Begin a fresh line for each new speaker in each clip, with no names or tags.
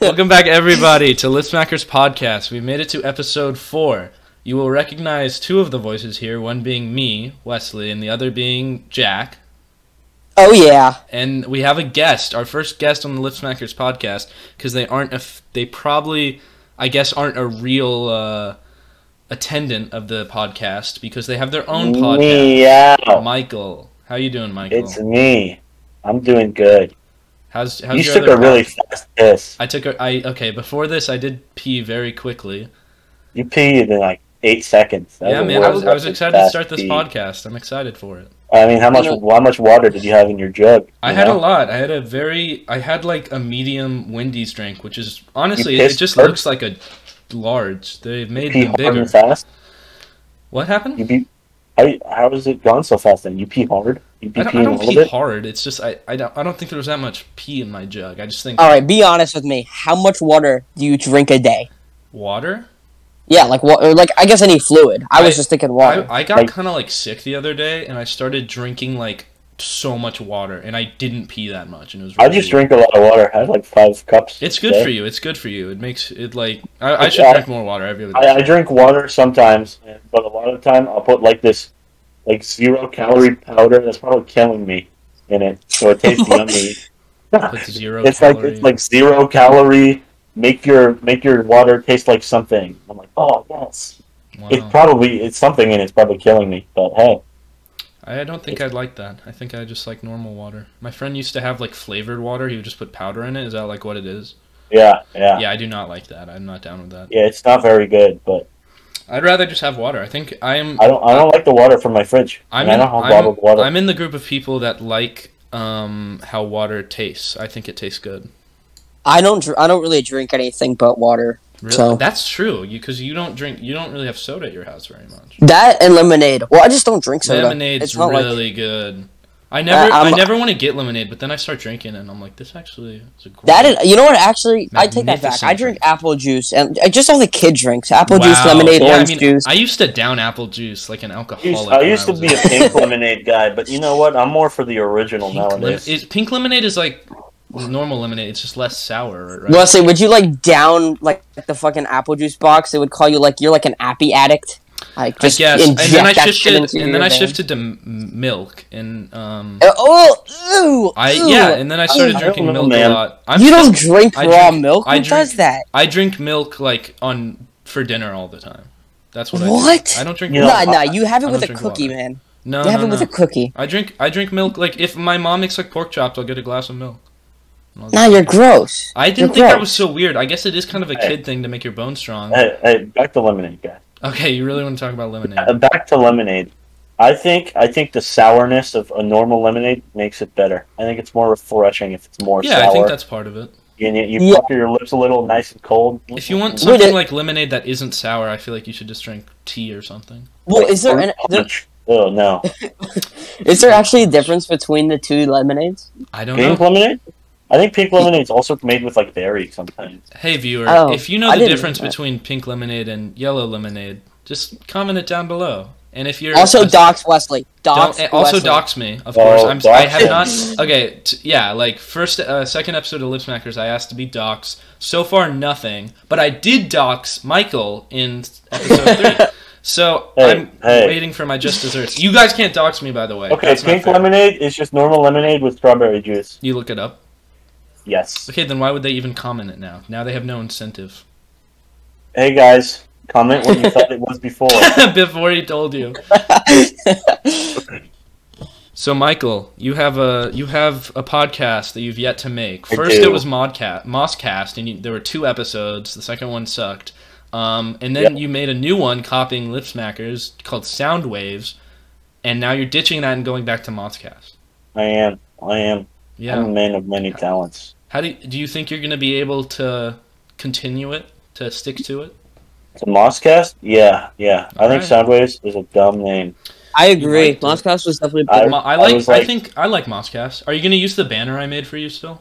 Welcome back, everybody, to Lipsmackers Podcast. We've made it to episode four. You will recognize two of the voices here, one being me, Wesley, and the other being Jack.
Oh yeah.
And we have a guest, our first guest on the Lipsmackers Podcast, because they aren't, a f- they probably, I guess, aren't a real uh, attendant of the podcast because they have their own podcast.
Meow.
Michael, how you doing, Michael?
It's me. I'm doing good.
how's how's
you
your
took
other
a really
half?
fast piss.
I took a I okay before this I did pee very quickly.
You peed in like eight seconds. That
yeah,
the
man, I
world's
was I was
most
excited to
fast
start this
pee.
podcast. I'm excited for it.
I mean, how much
You
how much water did you have in your jug?
I
you
had a
know?
lot. I had a very I had like a medium Wendy's drink, which is honestly
You
it
pissed
just
first?
looks like a large. They made
Pee
them
hard
bigger.
and fast.
What happened?
You pee. How how has it gone so fast? Then you pee hard. You pee
I don't,
pee
I
in a
don't
little
pee
bit.
hard. It's just I, I don't I don't think there was that much pee in my jug. I just think
Oh.
All right. Be honest with me. How much water do you drink a day?
water.
Yeah, like what? Like I guess any fluid. I,
I-
was just thinking water.
I, I got
Oh. Like-
kind of like sick the other day, and I started drinking like so much water, and I didn't pee that much, and it was.
I
Really
just drink a lot of water. I had like five cups.
It's good
today.
for you. It's good for you. It makes it like I, I should
Yeah.
drink more water every other day.
I, I drink water sometimes, but a lot of the time I'll put like this, like zero calorie powder that's probably killing me in it, so it tastes yummy.
Put zero
it's like
calorie.
it's like zero calorie. Make your make your water taste like something. I'm like, oh yes.
Wow.
It's probably it's something and it's probably killing me. But hey,
I don't think I'd like that. I think I just like normal water. My friend used to have like flavored water. He would just put powder in it. Is that like what it is?
yeah, yeah,
Yeah,
yeah.
I do not like that. I'm not down with that.
it's not very good, but
I'd rather just have water. I think I am.
I don't I don't like the water from my fridge.
I'm
and I
in,
don't have
I'm,
bottled water.
I'm in the group of people that like um, how water tastes. I think it tastes good.
I, don't. Dr- I don't really drink anything but water.
Really?
So-
That's true. Because you, don't drink. You don't really have soda at your house very much.
That and lemonade. Well, I just don't drink soda.
Lemonade's
it's not like Uh,
really good. I never, I,
I'm-
never want to get lemonade, but then I start drinking and I'm like, this actually is a great.
that. Is, you know what? Actually, I take that back.
Magnificent
I drink apple juice and uh, just all the kid drinks: apple juice,
Wow.
lemonade,
Yeah,
orange
I mean,
juice.
I used to down apple juice like an
I used,
alcoholic.
I
when
used to
was
be
a-
a pink lemonade guy, but you know what? I'm more for the original
pink lemon-
nowadays.
is- pink lemonade is like normal lemonade. It's just less sour, right?
Wesley, would you like down like the fucking apple juice box? It would call you like you're like an appy addict. Like
I
just
guess. And
inject
then I
that shit
shifted,
into
and then
your
I
vein.
shifted to m- milk, and um,
Uh, oh, ew,
I
ew.
yeah, and then I started
I don't
drinking
know,
milk
man.
a lot. I'm
you don't
just-
drink
I
raw
drink-
milk. Who
I drink-
does that?
I drink milk like on for dinner all the time. That's what, I
What?
drink. I don't drink.
You
milk.
know,
Nah, nah. You have
I
it with a
don't drink
cookie,
water.
man.
No,
you have
no,
it with
no.
a cookie.
I drink I drink milk like if my mom makes like pork chops, I'll get a glass of milk. And I'll
Nah,
just-
you're gross.
I didn't
you're
think that
gross.
was so weird. I guess it is kind of a
Hey.
kid thing to make your bones strong.
Hey, hey, back to lemonade, guys.
Okay, you really want to talk about lemonade?
Uh, Back to lemonade. I think I think the sourness of a normal lemonade makes it better. I think it's more refreshing if it's more
yeah,
sour.
I think that's part of it.
you you
Yeah.
pucker your lips a little, nice and cold.
If you want
Would
something
it-
like lemonade that isn't sour, I feel like you should just drink tea or something.
Well, is there, an, there
Oh no,
is there actually a difference between the two lemonades?
I don't
pink
know.
lemonade. I think pink lemonade's also made with like berry sometimes.
Hey viewer,
Oh,
if you know
I
the
didn't know
difference
that.
between pink lemonade and yellow lemonade, just comment it down below. And if you're
Also,
a-
dox Wesley.
Don't,
Dox.
and Uh, also
Wesley.
dox me, of
Oh,
course. I'm, I
dox
have
him.
not. Okay, t- yeah, like first, uh, second episode of Lipsmackers, I asked to be doxed. So far, nothing. But I did dox Michael in episode three. So
Hey,
I'm
hey.
waiting for my just desserts. You guys can't dox me, by the way.
Okay,
That's not
pink
fair.
lemonade is just normal lemonade with strawberry juice.
You look it up.
Yes.
Okay, then why would they even comment it now? Now they have no incentive.
Hey guys, comment what you thought it was before.
Before he told you. So Michael, you have a you have a podcast that you've yet to make.
I
First,
do.
it was Modcast, Mosscast, and you, there were two episodes. The second one sucked, um, and then you made a new one copying Lipsmackers called Sound Waves, and now you're ditching that and going back to Mosscast.
I am. I am.
Yeah,
I'm a man of many talents.
how do you, do you think you're going to be able to continue it to stick to it?
The Mosscast? Yeah, yeah. I think
Alright.
Soundwaves is a dumb name.
I
You
agree.
liked it.
Moscow's was definitely.
I-
better.
Mo- I
I
like,
was
I
like-
think I like Mosscast. Are you going to use the banner I made for you still?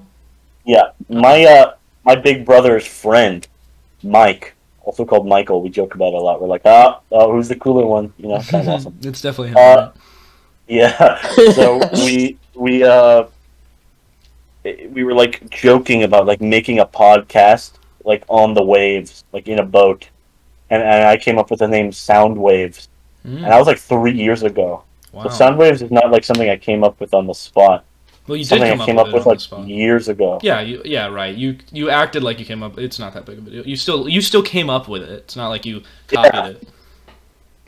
Yeah, my uh, my big brother's friend, Mike, also called Michael. We joke about it a lot. We're like, ah, oh, who's the cooler one? You know, kind of awesome.
it's definitely him.
Uh,
right?
Yeah. So we we uh, it- we were like joking about like making a podcast like on the waves, like in a boat, and, and I came up with the name Sound Waves, and
Mm,
that was like three years ago.
wow.
So Sound Waves is not like something I came up with on the spot.
well, you did
something
come
I came up
it
with
on the
like
spot.
years ago.
Yeah, you, yeah, right. You you acted like you came up. It's not that big of a deal. You still you still came up with it. It's not like you copied
Yeah.
it.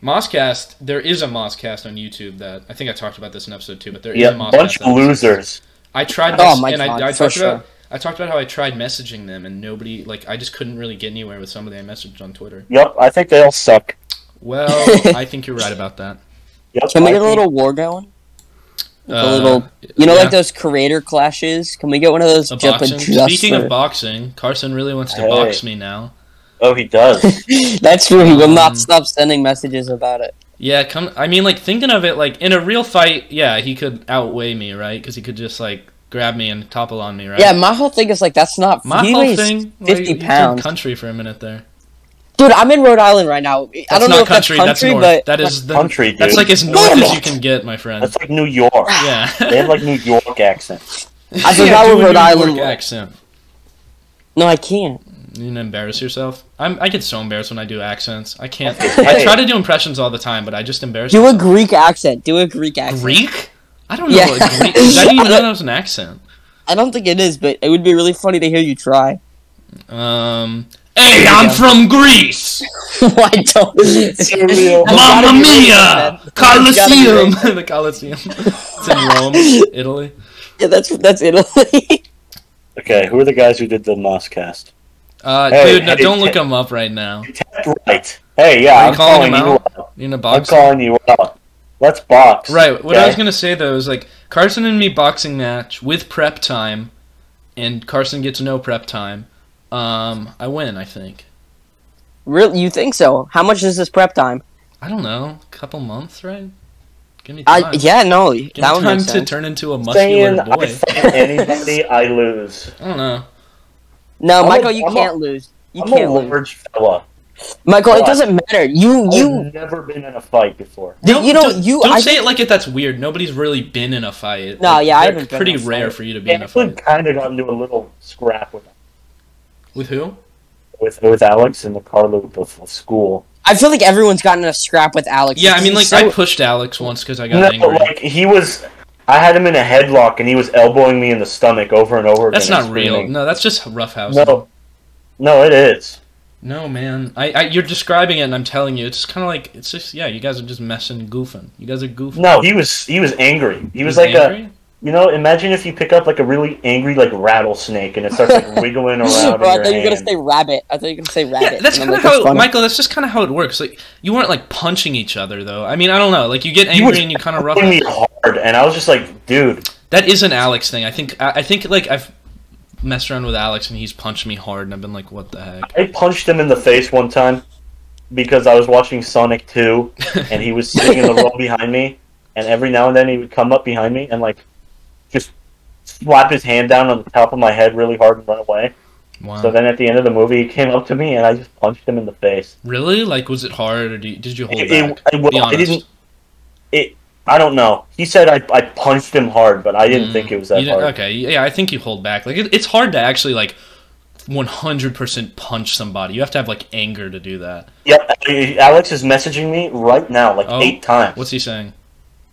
Mosscast, there is a Mosscast on YouTube that I think I talked about this in episode two, but there is
Yeah,
a Mosscast.
bunch
that-
of losers.
I tried
Oh
mess-
my
and
God,
I, I
for
talked
sure.
about I talked about how I tried messaging them and nobody like I just couldn't really get anywhere with somebody I messaged on Twitter.
Yep, I think they all suck.
Well, I think you're right about that.
Yep,
Can we
I
get a
think-
little war going? Like a
Uh,
little, you know,
yeah.
like those creator clashes. Can we get one of those
A
ju- but
boxing.
just
Speaking
for-
of boxing, Carson really wants to
Hey.
box me now.
Oh, he does.
That's true. He will
Um,
not stop sending messages about it.
Yeah, come. I mean, like thinking of it, like in a real fight, yeah, he could outweigh me, right? Because he could just like grab me and topple on me, right?
Yeah, my whole thing is like that's not.
my
he
whole
weighs-
thing.
50
you took
pounds.
Country for a minute there.
dude. I'm in Rhode Island right now. I
That's
don't
not
know if
country.
that's
That's,
country,
north.
but
that is the,
Country, dude.
That's like as north
Damn
as you
it.
can get, my friend.
That's like New York.
Yeah.
They have like New York accents.
I
Yeah,
forgot
do
what
a
Rhode
New
Island
York
was.
accent.
no, I can't.
You gonna embarrass yourself? I'm. I get so embarrassed when I do accents. I can't.
Okay.
I try to do impressions all the time, but I just embarrass.
Do a
myself.
Greek accent. Do a Greek accent.
Greek? I don't know.
Yeah.
What Greek. I didn't even know that was an accent.
I don't think it is, but it would be really funny to hear you try.
Um. Hey, I'm
go.
from Greece.
Why don't?
Cereal.
That's gotta
Mamma
be really
mia!
bad. That's gotta be
Colosseum!
really-
the Colosseum. It's in Rome, Italy.
Yeah, that's that's Italy.
Okay, who are the guys who did the Moss cast?
Uh,
Hey,
dude, no,
hey,
don't look
hey.
him up right now.
Right. Hey, yeah,
Are you
I'm
calling
calling,
him
you
out?
out.
You in a
I'm
box?
calling you out. Let's box.
Right, what I was
okay?
gonna say though is like Carson and me boxing match with prep time, and Carson gets no prep time. Um, I win, I think.
Really, you think so? How much is this prep time?
I don't know, couple months, right? Give me time.
I yeah, no,
Give
that
me
would
time
make
to
sense.
turn into a
saying
muscular
I
boy.
fight anybody, I lose.
I don't know.
No,
I'm a-
Michael, you
I'm a-
can't lose. You
I'm
can't
a
lose,
large fella.
Michael. It
Why?
doesn't matter. You you
I've never been in a fight before.
Dude, you know,
don't,
you-
don't
I
say it like it. That's weird. Nobody's really been in a fight.
No,
Like,
yeah, I
they're
haven't been
Pretty
in a
rare
fight.
for you to be in a
Franklin
fight.
kind of got into a little scrap with
With who?
with, with Alex in the car loop of, of school.
I feel like everyone's gotten in a scrap with Alex.
Yeah, I
It's
mean, like
so-
I pushed Alex once because I got
no,
angry.
like he was. I had him in a headlock and he was elbowing me in the stomach over and over
that's
again.
not
and
real.
screaming.
No, that's just roughhouse.
No, no, it is.
no, man. I, I, you're describing it, and I'm telling you, it's just kind of like it's just yeah. You guys are just messing, goofing. You guys are goofing.
No, he was he was angry. He was
He's
like a
angry?
you know. Imagine if you pick up like a really angry like rattlesnake and it starts like wiggling
Bro, I
around. in your
thought you were gonna
hand.
say rabbit. I thought you were gonna say rabbit.
Yeah, that's
and
kind
I'm
of
like,
how,
funny.
Michael. That's just kind of how it works. Like you weren't like punching each other though. I mean, I don't know. Like you get
He was
angry and you kind of rough.
hitting me hard, and I was just like, dude,
That is an Alex thing. I think I, I think like I've messed around with Alex and he's punched me hard and I've been like, what the heck?
I punched him in the face one time because I was watching Sonic Two, and he was sitting in the row behind me, and every now and then he would come up behind me and like just slap his hand down on the top of my head really hard and run away.
Wow.
So then at the end of the movie, he came up to me and I just punched him in the face.
really? Like, was it hard or do you, did you hold
It-
back?
it- I- well,
Be
I
honest.
didn't- I don't know. He said I, I punched him hard, but I didn't
Mm,
think it was
you
that
didn't-
hard.
Okay, yeah, I think you hold back. Like, it, it's hard to actually like 100% punch somebody. You have to have like anger to do that.
Yep, I- Alex is messaging me right now, like
Oh,
eight times.
What's he saying?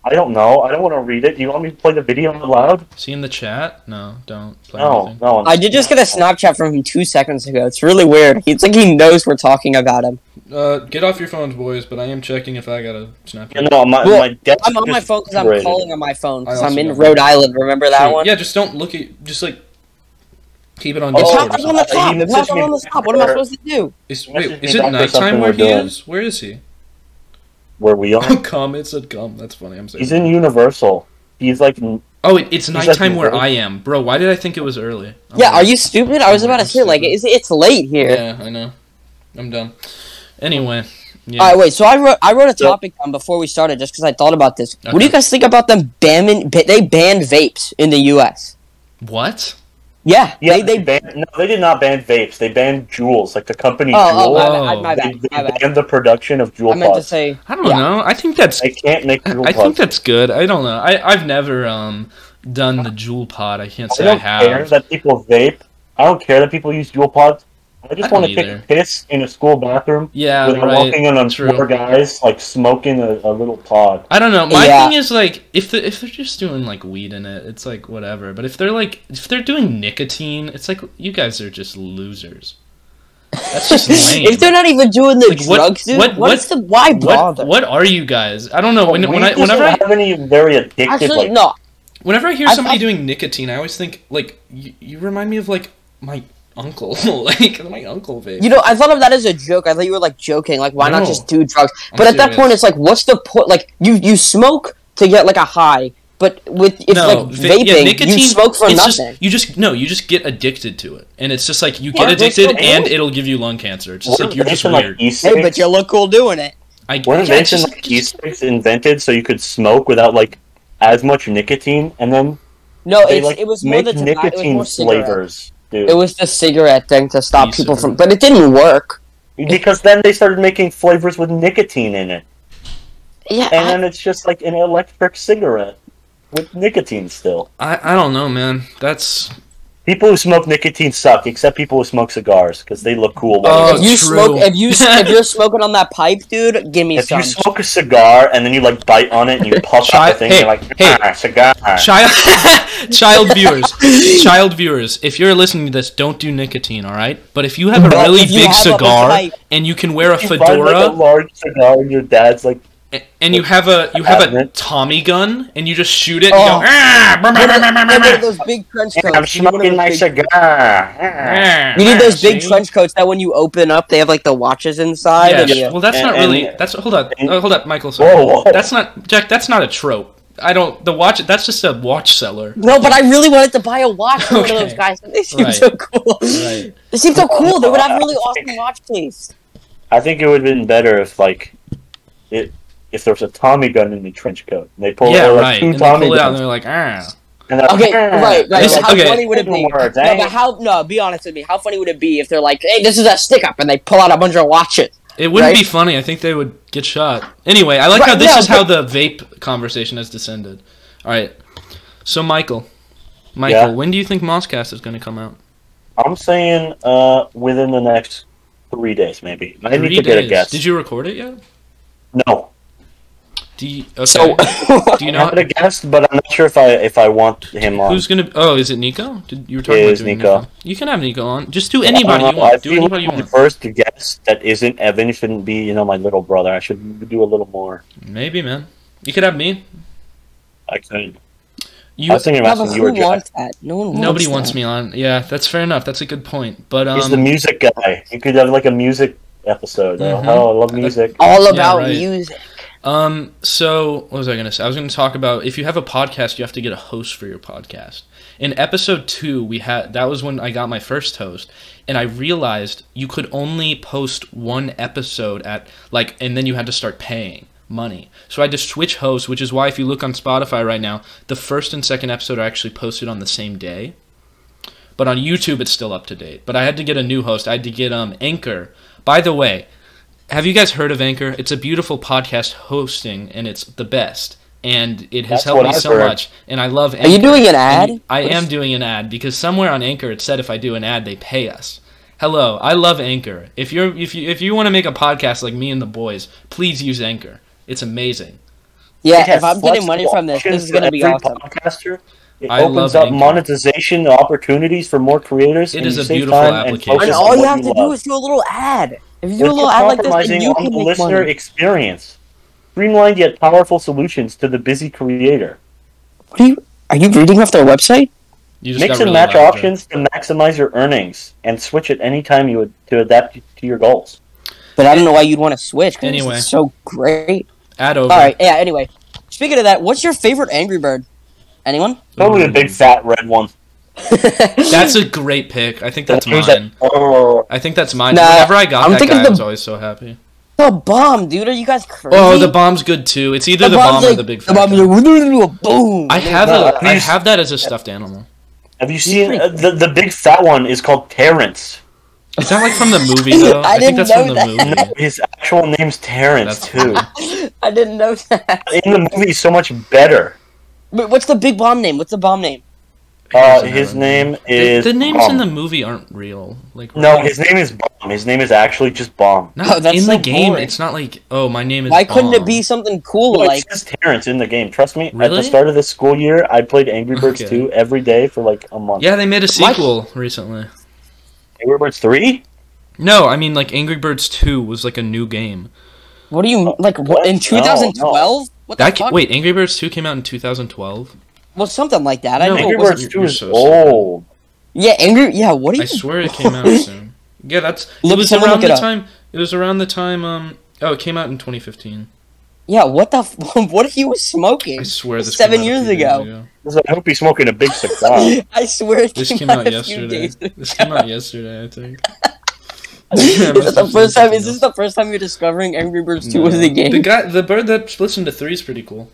I don't know. I don't want to read it. Do you want me to play the video out loud?
Is he in the chat? No, don't. Play
No,
anything.
no.
I did just get a Snapchat from him two seconds ago. It's really weird. It's like he knows we're talking about him.
Uh, get off your phones, boys. But I am checking if I got a snap.
Yeah, no, my,
Well,
my desk
I'm on my
just
phone because I'm
vibrated.
calling on my phone because
I
I'm
also
in
got
Rhode Island. Remember that one?
Yeah, just don't look at. Just like keep it on.
Oh,
It's
Discord
not
or
there's
going
something.
on the
not-
top.
he
It's not
messaged me
going on the top. What am I
back
supposed to do?
Is,
Message
wait, is
me
it
back or
nighttime
something
where
we're
he
doing.
is? Where is he?
Where we are?
Cum, it said cum. That's funny. I'm saying.
He's in Universal. He's like, n-
oh, it, it's
like
nighttime where
early.
I am, bro. Why did I think it was early? I'm
Yeah,
like-
are you stupid? I was
I'm
about to
really
say like
stupid.
it's, it's late here.
Yeah, I know. I'm dumb. Anyway, yeah.
All right, wait. So I wrote I wrote a
So-
topic down before we started just because I thought about this. What
Okay.
do you guys think about them banning? ba- They banned vapes in the U.S.
what?
Yeah,
yeah,
they,
they,
they
banned. No, they did not ban vapes. They banned jewels, like the company
Oh, oh,
Juul.
my
Whoa.
bad, my
they,
bad,
they
my bad.
banned the production of jewel
I meant to
pods.
say
I don't
Yeah.
know. I think that's.
they can't make jewel
I
pods.
think that's good. I don't know. I I've never um done the jewel pod. I can't
I
say I,
don't care
have.
that people vape. I don't care that people use dual pods. I
I
just
don't
want to take
either.
a piss in a school bathroom
Yeah,
without
right.
walking in on
True.
four guys like smoking a, a little pod.
I don't know. My
Yeah.
thing is like if the, if they're just doing like weed in it, it's like whatever. But if they're like if they're doing nicotine, it's like you guys are just losers. That's just lame.
if they're not even doing the
Like, what-
drugs, dude,
what-
what is the why bother?
what, what are you guys? I don't know. When, when
Weed
I whenever I
doesn't have any very addictive
Actually,
like
no.
Whenever I hear
I've-
somebody
I've-
doing nicotine, I always think like you, you remind me of like my uncle, like my uncle vape.
You know, I thought of that as a joke. I thought you were like joking, like why
No.
not just do drugs?
I'm
But at that
serious.
point, it's like, what's the point? Like you you smoke to get like a high, but with it's like
va-
vaping, you smoke for
it's
nothing.
Just, you just no, you just get addicted to it, and it's just like you
Yeah,
get
that's
addicted,
the
and
point.
it'll give you lung cancer. It's just like you're just
Wasn't
weird.
vaping, like,
hey, but you look cool doing it.
I
Weren't
yeah, it's
vaping
just-
like e-cigarettes invented so you could smoke without like as much nicotine, and then
No,
they
it's,
like
it was more
make
the tobacco, it was
nicotine
more cigarette.
flavors, dude.
It was the cigarette thing to stop people from,
E-cigarette.
but it didn't work.
because then they started making flavors with nicotine in it,
Yeah,
and then it's just like an electric cigarette with nicotine still.
I I don't know, man. That's
People who smoke nicotine suck, except people who smoke cigars because they look cool. while
Oh,
they
if
do it.
you
true.
smoke, if you if you're smoking on that pipe, dude, give me
if
some.
you smoke a cigar and then you like bite on it and you puff
Chi-
out the thing,
hey,
you're like
hey.
"Ah, cigar.
child child viewers, child viewers. If you're listening to this, don't do nicotine, all right? But if you have a
But
really
if you
big
have a
cigar
pipe-
and you can wear a
You find,
fedora,
like, a large cigar and your dad's like,
A- and you have a you have a
Cabinet.
Tommy gun, and you just shoot it. And
Oh.
go, "Ah, brr, brr,
Remember-
brr, brr,
remember
brr, brr."
those big trench coats.
I'm
You need one of
smoking
those
my
big-
cigar. Ah."
Ah,
You need those big
see?
trench coats that when you open up, they have like the watches inside.
Yeah,
and you-
Well, that's not
And-
really.
and-
That's hold on.
and-
uh, hold up, Michael. sorry.
Whoa, whoa.
That's not Jack. That's not a trope. I don't. The watch. That's just a watch seller.
No, but I really wanted to buy a watch from one
Okay.
of those guys. They seem
Right.
so cool.
Right.
They seem so cool. They would have really awesome watch taste.
I think it would have been better if like it if there was a Tommy gun in the trench coat. And they pull
yeah,
out like
right.
two
And they
Tommy
pull it out, and
guns.
they're like, ah.
And they're
Okay,
like, "Ah."
right, right.
This-
how
okay.
funny would it be?
Couldn't work,
no,
dang.
but how? No, be honest with me. How funny would it be if they're like, "Hey, this is a stick up," and they pull out a bunch of watches?
It wouldn't
Right.
be funny. I think they would get shot. Anyway, I like
Right,
how this
no,
is how the vape conversation has descended. All right. So, Michael, Michael,
Yeah.
when do you think Mosscast is going to come out?
I'm saying uh within the next three days maybe. I need
Three
to get a
days.
guess.
Did you record it yet?
No.
Do you, okay.
So,
do you
I
know?
had a guess, but I'm not sure if I if I want him on.
Who's gonna? Oh, is it Nico? Did, you were talking
It
about
is
doing Nico.
Nico.
You can have Nico on. Just do anybody
I
you
don't know, Uh, I
want. Do
feel
anybody you
like my
want.
first guess that isn't Evan shouldn't be, you know, my little brother. I should do a little more.
Maybe, man. You could have me.
I couldn't.
You.
I was thinking
Yeah,
about
but
some
who
you were
wants that? No one. Wants
Nobody
that.
wants me on. Yeah, that's fair enough. That's a good point. But um,
He's the music guy. You could have like a music episode. Oh,
Mhm.
Oh, I love music.
All
Yeah,
about
right.
music.
Um, so what was I gonna say? I was gonna talk about if you have a podcast, you have to get a host for your podcast. In episode two, we had that was when I got my first host, and I realized you could only post one episode at like, and then you had to start paying money. So I had to switch hosts, which is why if you look on Spotify right now, the first and second episode are actually posted on the same day. But on YouTube, it's still up to date. But I had to get a new host. I had to get um Anchor. By the way, have you guys heard of Anchor? It's a beautiful podcast hosting, and it's the best. And it has
That's
helped
what
me
I've
so
heard.
much. And I love. Anchor.
Are you doing an ad?
And I am doing an ad because somewhere on Anchor it said if I do an ad they pay us. Hello, I love Anchor. If you're if you if you want to make a podcast like me and the boys, please use Anchor. It's amazing.
Yeah,
It has
if I'm getting money
flexible
from this, this
options
is gonna
for
be
every
awesome.
Podcaster. It
I
opens
love
up
Anchor.
monetization opportunities for more creators.
It
and
is
you
a
save
beautiful
time
application.
focus
And
Just
on
all you
what
have to do
love.
is do a little ad. If you do
We're
a little
just
ad like this, then
compromising
you
on
can
the
make
listener
money.
experience. Streamlined yet powerful solutions to the busy creator.
What Are you, are you reading off their website?
You
Mix
got
and
really
match
loud, Jack.
options to maximize your earnings and switch at any time you would to adapt to your goals.
But I don't know why you'd want to switch. 'cause
Anyway.
it's so great.
Ad over.
All right. Yeah. Anyway, speaking of that, what's your favorite Angry Bird? Anyone?
Probably a big fat red one.
That's a great pick. I think that's
Who's
mine.
that- Oh.
I think that's mine.
Nah,
Whenever I got
I'm
that
thinking
guy, I
the-
was always so happy.
the bomb, dude. Are you guys crazy?
Oh, the bomb's good too. It's either the, bomb
bomb's
or
like-
the big.
The
fat
bomb's
guy.
like, boom.
I have
No,
a, I
please.
have that as a stuffed animal.
Have you seen uh, the the big fat one? Is called Terrence.
Is that like from the movie though?
I
think
didn't
that's
know
from
that.
the movie.
His actual name's Terrence
That's
too.
I didn't know that.
In the movie, he's so much better.
Wait, What's the big bomb name? What's the bomb name?
Uh,
He doesn't
his
have a
name
The,
is
the names in the
Bomb.
movie aren't real. Like
no.
really-
His name is Bomb. His name is actually just Bomb.
not
Oh, that's
in
so
the game.
boring.
It's not like oh, my name is.
Why couldn't it
Bomb.
be something cool
No,
like
it says Terrence in the game. Trust me. At
Really?
the start of this school year, I played Angry Birds
Okay.
2 every day for like a month.
Yeah, they made a
Why-
sequel recently.
Angry Birds 3?
No, I mean like Angry Birds Two was like a new game.
what do you like what,
What?
in
No,
2012? What the
That ca-
fuck?
wait, Angry Birds Two came out in 2012.
Well, something like that. I
No,
know.
Angry
it wasn't-
Birds
you're-
2
you're
is
so stupid.
old.
yeah, angry. Yeah, what do you?
I swear it came out soon. Yeah, that's it
Look-
was
someone
around
look
the
it up.
time. It was around the time. Um, oh, it came out in 2015.
Yeah, what the? F- what if he was smoking?
I swear this came
Seven
out a
years
few days
ago.
So I hope he's smoking a big cigar. Uh,
I swear it
This
came,
came out
a few
yesterday.
days.
This came out yesterday, I think.
is this the first time? Is this the first time you're discovering Angry Birds Two was a game?
The guy, the bird that listened to three is pretty cool.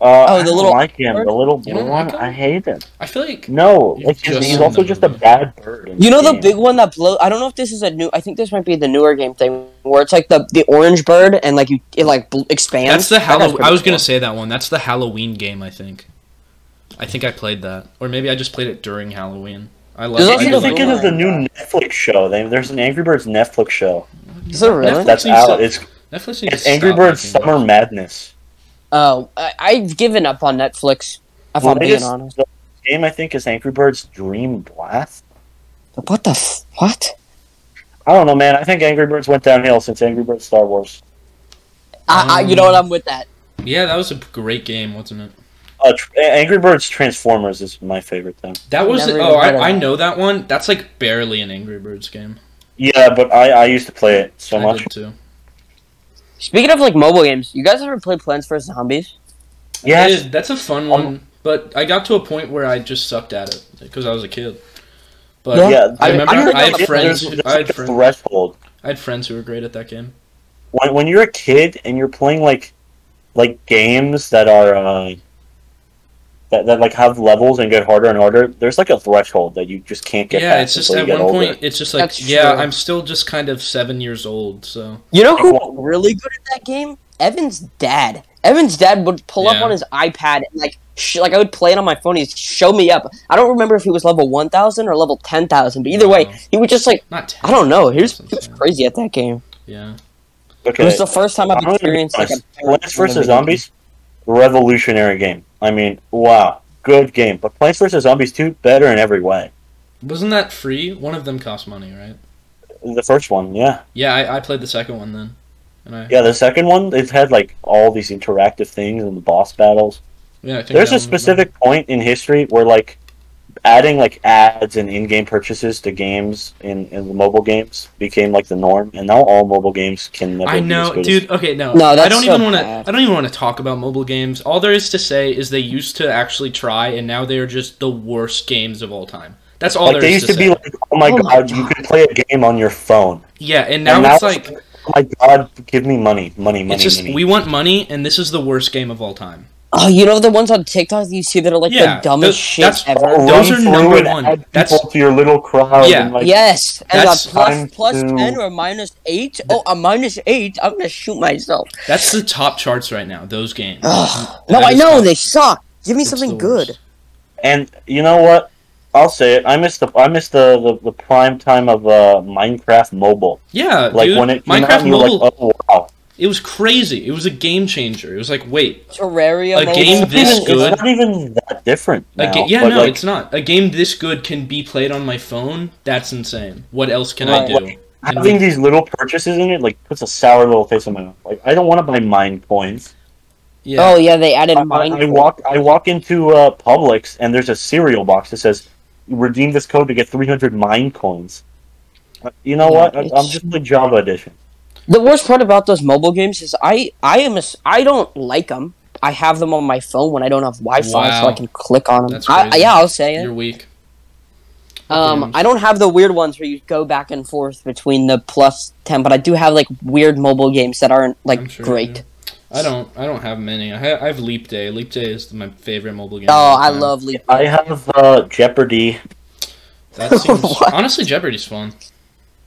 Uh, oh,
the
the little
little-
like him. The little
You
blue
don't
one.
like him?
I hate him.
I feel like
No,
You
it's just,
just
he's
know
also
him.
just a bad bird. in
You know the
game.
big one that blows. I don't know if this is a new. I think this might be the newer game thing where it's like the the orange bird and like you it like bl- expands.
that's the
That guy's
Halloween.
pretty
I was gonna
cool.
say that one. That's the Halloween game, I think. I think I played that, or maybe I just played it during Halloween. I love.
There's
I do
also
I'm
the
just
like
thinking
that.
of the new Netflix show. They, there's an Angry Birds Netflix show
Is it really?
Netflix
that's
needs
out.
to-
It's,
Netflix needs
it's
to
Angry
stop
Birds
making
Summer
those.
Madness.
Oh, I, I've given up on Netflix. If
The
I'm being
latest
honest.
game I think is Angry Birds Dream Blast.
What the f- what?
I don't know, man. I think Angry Birds went downhill since Angry Birds Star Wars.
I, I, you know
Um,
what? I'm with that.
Yeah, that was a great game, wasn't it?
Uh, tr- Angry Birds Transformers is my favorite thing.
That was
Never
oh,
even heard of
I, I
that.
know that one. That's like barely an Angry Birds game.
Yeah, but I, I used to play it so
I
much.
did too.
Speaking of like mobile games, you guys ever played Plants vs Zombies?
It
Yes,
is- that's a fun
Um,
one. But I got to a point where I just sucked at it because I was a kid. But
Yeah,
yeah.
I
there-
remember
I heard
I,
that
had
on
friends.
There's,
who-
there's
I had
like a
friends.
threshold
I had friends who were great at that game.
when when you're a kid and you're playing like like games that are uh, that that like have levels and get harder and harder. There's like a threshold that you just can't get.
yeah,
past
it's just
until
at
you
one
get older.
point, it's just like
That's
yeah,
true.
I'm still just kind of seven years old. So
You know who
Well-
really good at that game? Evan's dad. Evan's dad would pull up
Yeah.
on his iPad and like sh- like I would play it on my phone. He'd show me up. I don't remember if he was level one thousand or level ten thousand, but either
Wow.
way, he would just like
not. 10,
I don't know. He was,
That's
he was
insane.
crazy at that game.
Yeah,
Okay.
It was the first time
I'm
I've
gonna be
experienced like a
honest. Plants vs Zombies, revolutionary game. I mean, wow, good game. But Plants vs Zombies two, better in every way.
wasn't that free? One of them cost money, right?
The first one, yeah,
Yeah, I, I played the second one then, and I yeah,
yeah. The second one, it had like all these interactive things and the boss battles.
I think
There's
that
a
one-
specific point in history where like adding like ads and in-game purchases to games in, in the mobile games became like the norm, and now all mobile games can never.
I
be as
know,
good
dude. Okay, no,
No,
I
that's
don't
so
even want to.
bad.
I don't even want to talk about mobile games. All there is to say is they used to actually try, and now they are just the worst games of all time. That's all
As, like
there
they
is
used
to,
to
say.
be like, oh my
Oh my
god, you can play a game on your phone.
yeah, and now
and
it's
now-
like
Oh my god, give me money, money, money,
it's just
money.
we want money, and this is the worst game of all time.
Oh, you know the ones on TikTok that you see that are like
Yeah,
the dumbest
those-
shit
that's-
ever.
Run
Those are
through
number
and
one.
Add
That's-
people to your little crowd.
Yeah.
and, Oh, like,
yes, and
That's-
a plus
I'm
plus
too-
ten or a minus eight. Oh, a minus eight. I'm gonna shoot myself.
That's the top charts right now. Those games.
Ugh. No,
That
I
is
know
tough.
they suck. Give me
It's
something
the worst.
good.
And you know what? I'll say it. I miss the I miss the, the, the prime time of uh, Minecraft Mobile.
Yeah,
Like
dude.
when it came
Minecraft
out, and you were
Mobile.
like, oh wow.
It was crazy. It was a game changer. It was like, wait,
Terraria.
A
mobile.
game
Even-
this good?
It's not even that different.
a
Now,
ga- yeah,
but,
no,
like,
it's not. A game this good can be played on my phone. That's insane. What else can I
Right.
do?
Like,
And
having these little purchases in it like puts a sour little taste in my mouth. Like I don't want to buy mine coins.
yeah.
Oh yeah, they added
I,
mine.
I walk I walk into uh, Publix and there's a cereal box that says redeem this code to get 300 mine coins. Uh, You know
Yeah,
what? I, I'm
it's-
just the Java edition.
The worst part about those mobile games is I I am a s- I don't like them. I have them on my phone when I don't have Wi-Fi, so
Wow.
I can click on them.
That's
I,
crazy.
yeah, I'll say
You're
it.
weak.
Um,
games.
I don't have the weird ones where you go back and forth between the plus ten, but I do have like weird mobile games that
I'm
aren't like
sure you
great.
do. I don't. I don't have many. I, ha- I have Leap Day. Leap Day is my favorite mobile game. of
Oh,
all
I
time.
love Leap.
I have uh, Jeopardy.
That seems,
What?
honestly Jeopardy's fun.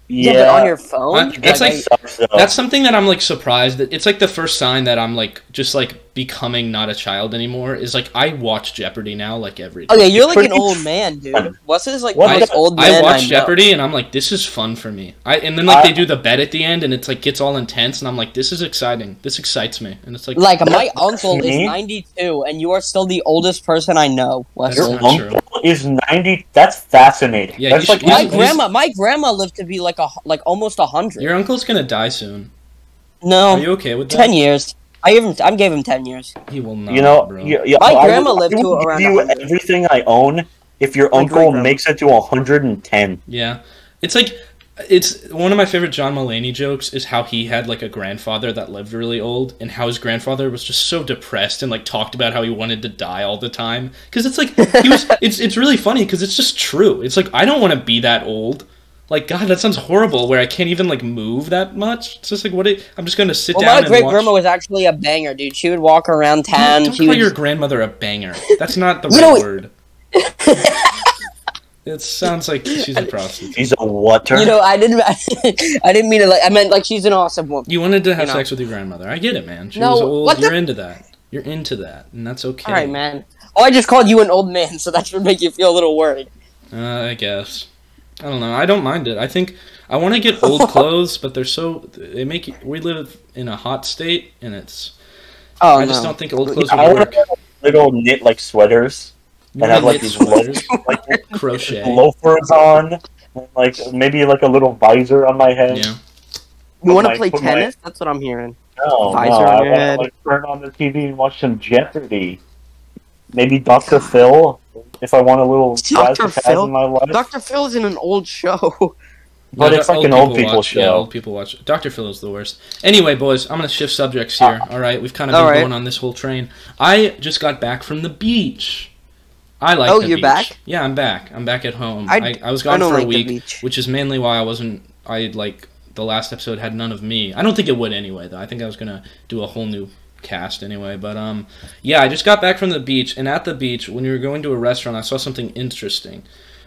Yeah, but on your phone.
Huh? That's
That
like-
sucks, though.
That's something that I'm like surprised that it's like the first sign that I'm like just like becoming not a child anymore is like I watch Jeopardy now like every day.
okay, oh, you're like an
Pretty
old man, dude. What's is like
What
the
I,
most old man
I watch
know.
Jeopardy and I'm like this is fun for me. I and then like
I-
they do the bet at the end and it's like gets all intense and I'm like this is exciting. This excites me and it's like,
Like my
That's
uncle is
me.
92, and you are still the oldest person I know.
That's
your
Wesley.
not true.
uncle is ninety. That's fascinating.
Yeah, you
that's
should-
like
you
My
he's-
grandma, my grandma lived to be like a hu- like almost a hundred.
your uncle's gonna die soon.
um,
Are
No,
you okay with that?
ten years. I gave him. I gave him ten years.
He will not.
you know.
Oh, bro.
You, you-
My
I
grandma
would-
lived
I
to
would
around
give you
100.
everything I own if your
My
uncle
great-grandma.
makes it to hundred and ten.
Yeah. It's like it's one of my favorite John Mulaney jokes is how he had like a grandfather that lived really old and how his grandfather was just so depressed and like talked about how he wanted to die all the time cuz it's like he was it's it's really funny cuz it's just true. It's like I don't want to be that old. Like god, that sounds horrible where I can't even like move that much. It's just like what it, I'm just going to sit
Well,
down
my
and
great
watch.
grandma was actually a banger, dude. She would walk around town.
Don't
she
call
was
your grandmother a banger. That's not the
You
right
know-
word. it sounds like she's a prostitute.
He's a water.
You know, I didn't. I didn't mean it. Like I meant, like she's an awesome woman.
You wanted to have
You know.
sex with your grandmother. I get it, man. She
No,
was old.
what the-
You're into that. You're into that, and that's okay.
All right, man. Oh, I just called you an old man, so that should make you feel a little worried.
Uh, I guess. I don't know. I don't mind it. I think I want to get old clothes, but they're so they make you, we live in a hot state, and it's.
Oh
I
no.
just don't think old clothes
I
would
wanna
work.
wear little knit like sweaters
You
and have
wanna knit
like these
sweaters,
loafers, like
crochet.
loafers on, and, like maybe like a little visor on my head.
Yeah.
you want to
my-
play
put my-
tennis? That's what I'm hearing.
No,
Visor
no,
on
I
your
wanna,
head.
like turn on the TV and watch some Jeopardy. Maybe Doctor Phil, if I want a little
Dr.
razzle-dazzle
Phil?
in my life.
Dr. Phil is in an old show.
But
No,
it's
the
like an old people
watch, Yeah,
show.
old people watch. Dr. Phil is the worst. Anyway, boys, I'm gonna shift subjects here.
Ah.
all right, we've kind of
all
been
right.
going on this whole train. I just got back from the beach. I like.
Oh,
the
you're
beach.
back?
Yeah, I'm back. I'm back at home. I,
I-
I, was
I
gone
don't
for a
like the
week,
beach.
which is mainly why I wasn't. I like the last episode had none of me. I don't think it would anyway, though. I think I was gonna do a whole new cast anyway. But um, yeah, I just got back from the beach, and at the beach, when we were going to a restaurant, I saw something interesting.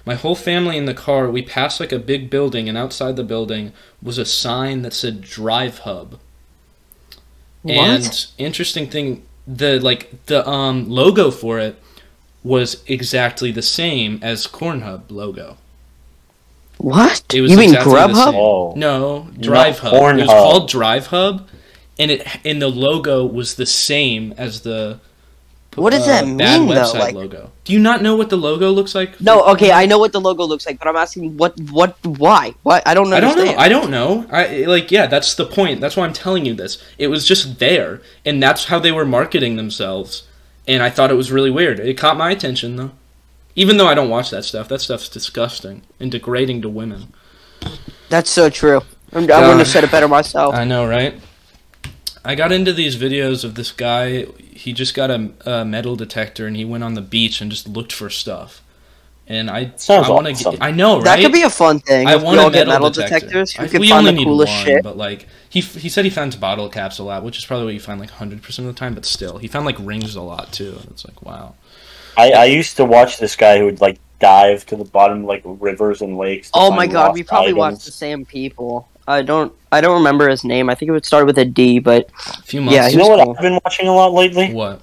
My whole family in the car, we passed like a big building, and outside the building was a sign that said Drive Hub. And interesting thing, the like the um logo for it was exactly the same as Corn Hub logo.
What?
It was exactly the same.
Oh,
No, Drive Hub.
Corn
it was
Hub.
called Drive Hub, and it and the logo was the same as the.
What does that
Uh, bad
mean, though?
website
Like-
logo. Do you not know what the logo looks like?
No, okay, I know what the logo looks like, but I'm asking what, what, why? What? I don't
I don't
understand.
know. I don't know. I like yeah, that's the point. That's why I'm telling you this. It was just there and that's how they were marketing themselves. And I thought it was really weird. It caught my attention though. Even though I don't watch that stuff. That stuff's disgusting and degrading to women.
That's so true. I'm, I
God.
wouldn't have said it better
Oh.
myself.
Uh, I know, right? I got into these videos of this guy. He just got a, a metal detector and he went on the beach and just looked for stuff. And I
Sounds
I want to
awesome.
I know, right?
That could be a fun thing.
I
if
want
we all
a
get
metal,
metal
detector.
detectors.
I-
Who can
we
find
only
the
need
coolest
one,
shit?
But like he f- he said he finds bottle caps a lot, which is probably what you find like hundred percent of the time. But still, he found like rings a lot too. And it's like wow.
I, I used to watch this guy who would like dive to the bottom of, like rivers and lakes. to
Oh
find
my god,
lost
we probably
items.
watched the same people. I don't. I don't remember his name. I think it would start with a D, but
A few
Yeah,
months.
You know
He's
what
cool.
I've been watching a lot lately?
what?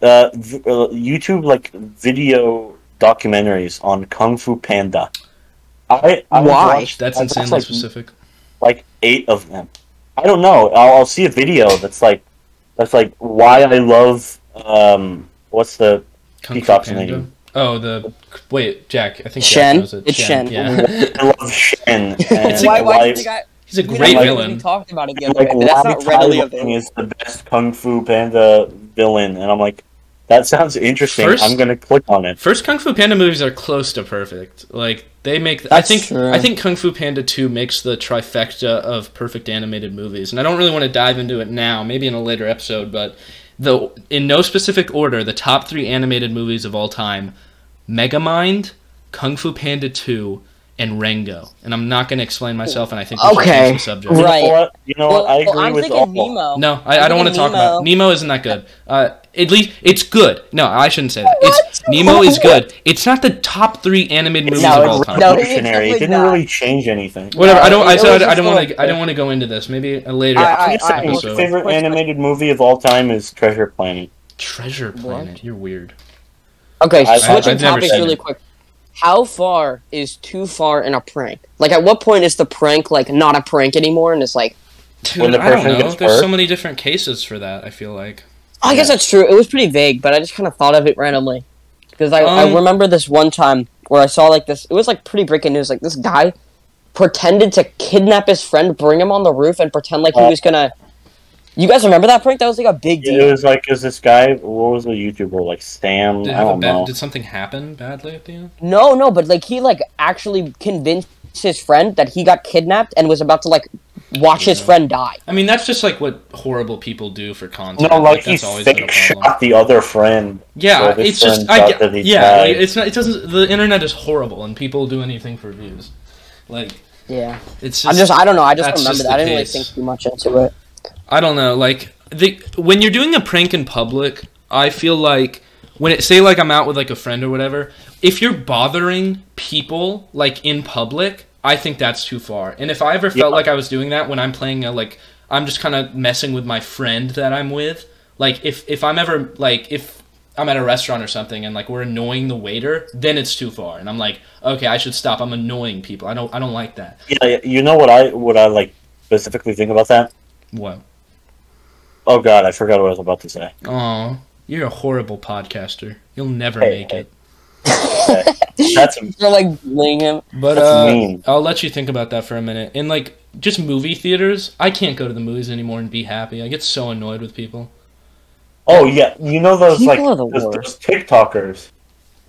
Uh, v- uh, YouTube like video documentaries on Kung Fu Panda. I, I
Why?
watched-
That's
I've
insanely
watched, like,
specific.
like eight of them. I don't know. I'll, I'll see a video that's like that's like why I love um what's the
Kung Fu
Peacock's
Panda.
name.
Oh, the wait, Jack. I think
Shen?
Jack knows it.
It's Shen.
Yeah,
I love Shen and
Why-
why,
guy?
he's a
we
great
like-
villain.
talked about it the
like Wally Kai is the best Kung Fu Panda villain, and I'm like that sounds interesting.
First-
I'm gonna click on it.
First Kung Fu Panda movies are close to perfect. Like they make I
That's
think
true.
I think Kung Fu Panda 2 makes the trifecta of perfect animated movies. And I don't really want to dive into it now, maybe in a later episode, but the in no specific order, the top 3 animated movies of all time, Megamind, Kung Fu Panda 2, and Rango. And I'm not going to explain myself and I think we should
Okay.
change the subject.
You know
Right.
what? You know what? I agree
am
with
thinking
all.
Nemo.
No, I, I don't want to
thinking
talk about Nemo. Isn't that good? Uh, At least it's good. No, I shouldn't say that. It's Nemo is good. It's not the top three animated movies
No,
of all
it's-
time.
no, it's
revolutionary. it
definitely
didn't
not.
really change anything.
Whatever. I don't. I
It
said
was
I,
just
don't want to. I
like-
don't want to go into this. Maybe a later
I- I-
Your
I-
second
episode.
favorite animated movie of all time is Treasure Planet.
Treasure Planet. You're weird.
Okay,
I-
I've
switching
never
topics
seen
really
it.
quick. How far is too far in a prank? Like, at what point is the prank like not a prank anymore? And it's like,
Dude,
When the
I don't
person
know.
gets
There's so
hurt?
many different cases for that. I feel like.
I guess
Yeah.
that's true. It was pretty vague, but I just kind of thought of it randomly because I, I
Um,
remember this one time where I saw like this. It was like pretty breaking news. Like this guy pretended to kidnap his friend, bring him on the roof, and pretend like he
Oh.
was gonna. You guys remember that prank? That was like a big deal.
It was like, is this guy? What was the YouTuber like? Sam?
Did, it
I
have a
don't
bad,
know.
did something happen badly at the end?
No, no, but like he like actually convinced his friend that he got kidnapped and was about to like watch his
Yeah.
friend die.
I mean, that's just like what horrible people do for content.
No, like
that's
he
always been a
fake
problem.
shot the other friend.
Yeah,
Well, this
it's just
turns
I
out that he
yeah, like,
died.
it's not. It doesn't. The internet is horrible, and people do anything for views. Like
Yeah.
it's
I
just.
just I don't know, I just
that's
remembered
just
that.
the
I didn't
case.
really think too much into it.
I don't know. Like the when you're doing a prank in public, I feel like when it say like I'm out with like a friend or whatever, if you're bothering people like in public, I think that's too far. And if I ever felt
Yeah.
like I was doing that when I'm playing a like I'm just kind of messing with my friend that I'm with, like if if I'm ever like if I'm at a restaurant or something and like we're annoying the waiter, then it's too far. And I'm like, okay, I should stop. I'm annoying people. I don't I don't like that.
Yeah, you know what I what I like specifically think about that.
What?
Oh God, I forgot what I was about to say.
Oh, you're a horrible podcaster. You'll never
Hey,
make
hey.
it.
That's
They're like bullying him.
But
That's
uh,
mean.
I'll let you think about that for a minute. And like, just movie theaters. I can't go to the movies anymore and be happy. I get so annoyed with people.
oh yeah, you know those
People
like
are the
those, those
worst.
TikTokers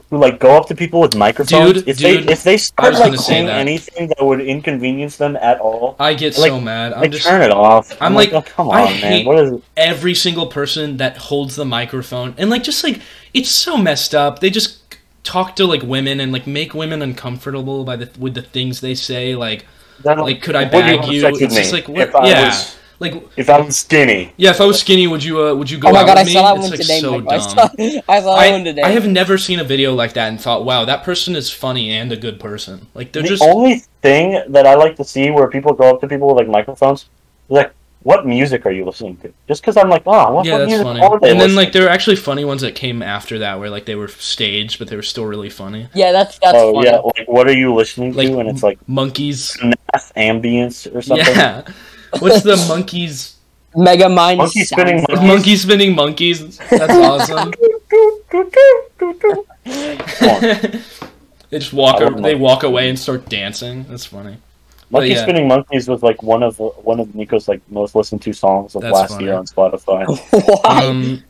who like go up to people with microphones.
Dude,
if
dude,
they if they start
was
like
gonna say
saying
that.
anything that would inconvenience them at all,
I get
Like,
so mad.
they
I'm just
turn it off.
I'm like,
oh, come on,
I
man,
hate-
what is?
every single person that holds the microphone and like just like it's so messed up. They just talk to like women and like make women uncomfortable by the with the things they say. Like
That,
like could I
What do you
bag
want
you?
sex with
It's just
me?
like what?
If I
yeah.
was-
like
If I'm skinny,
yeah, if I was skinny, would you uh, would you go
oh my
out
god, I
with me?
saw that
It's
one
like
today,
so
Michael. I
dumb.
saw, I saw that one
I,
today.
I have never seen a video like that and thought, wow, that person is funny and a good person. Like they're
the
just
only thing that I like to see where people go up to people with like microphones, like, what music are you listening to? Just because I'm like, oh, what,
yeah,
what
that's
music
funny.
are they
And then
listening
like there were actually funny ones that came after that where like they were staged but they were still really funny.
yeah, that's that's
oh
funny.
yeah, like what are you listening
Like,
to? And it's like
Monkeys.
math ambience or something.
Yeah. What's the monkeys?
Mega mind
Monkey spinning
sounds.
monkey.
Monkey spinning monkeys. That's awesome. they just walk.
I love
Over, they
monkeys.
walk away and start dancing. That's funny.
Monkey
yeah.
spinning monkeys was like one of one of Nico's like most listened to songs of
That's
last
funny.
year on Spotify.
Why?
Um,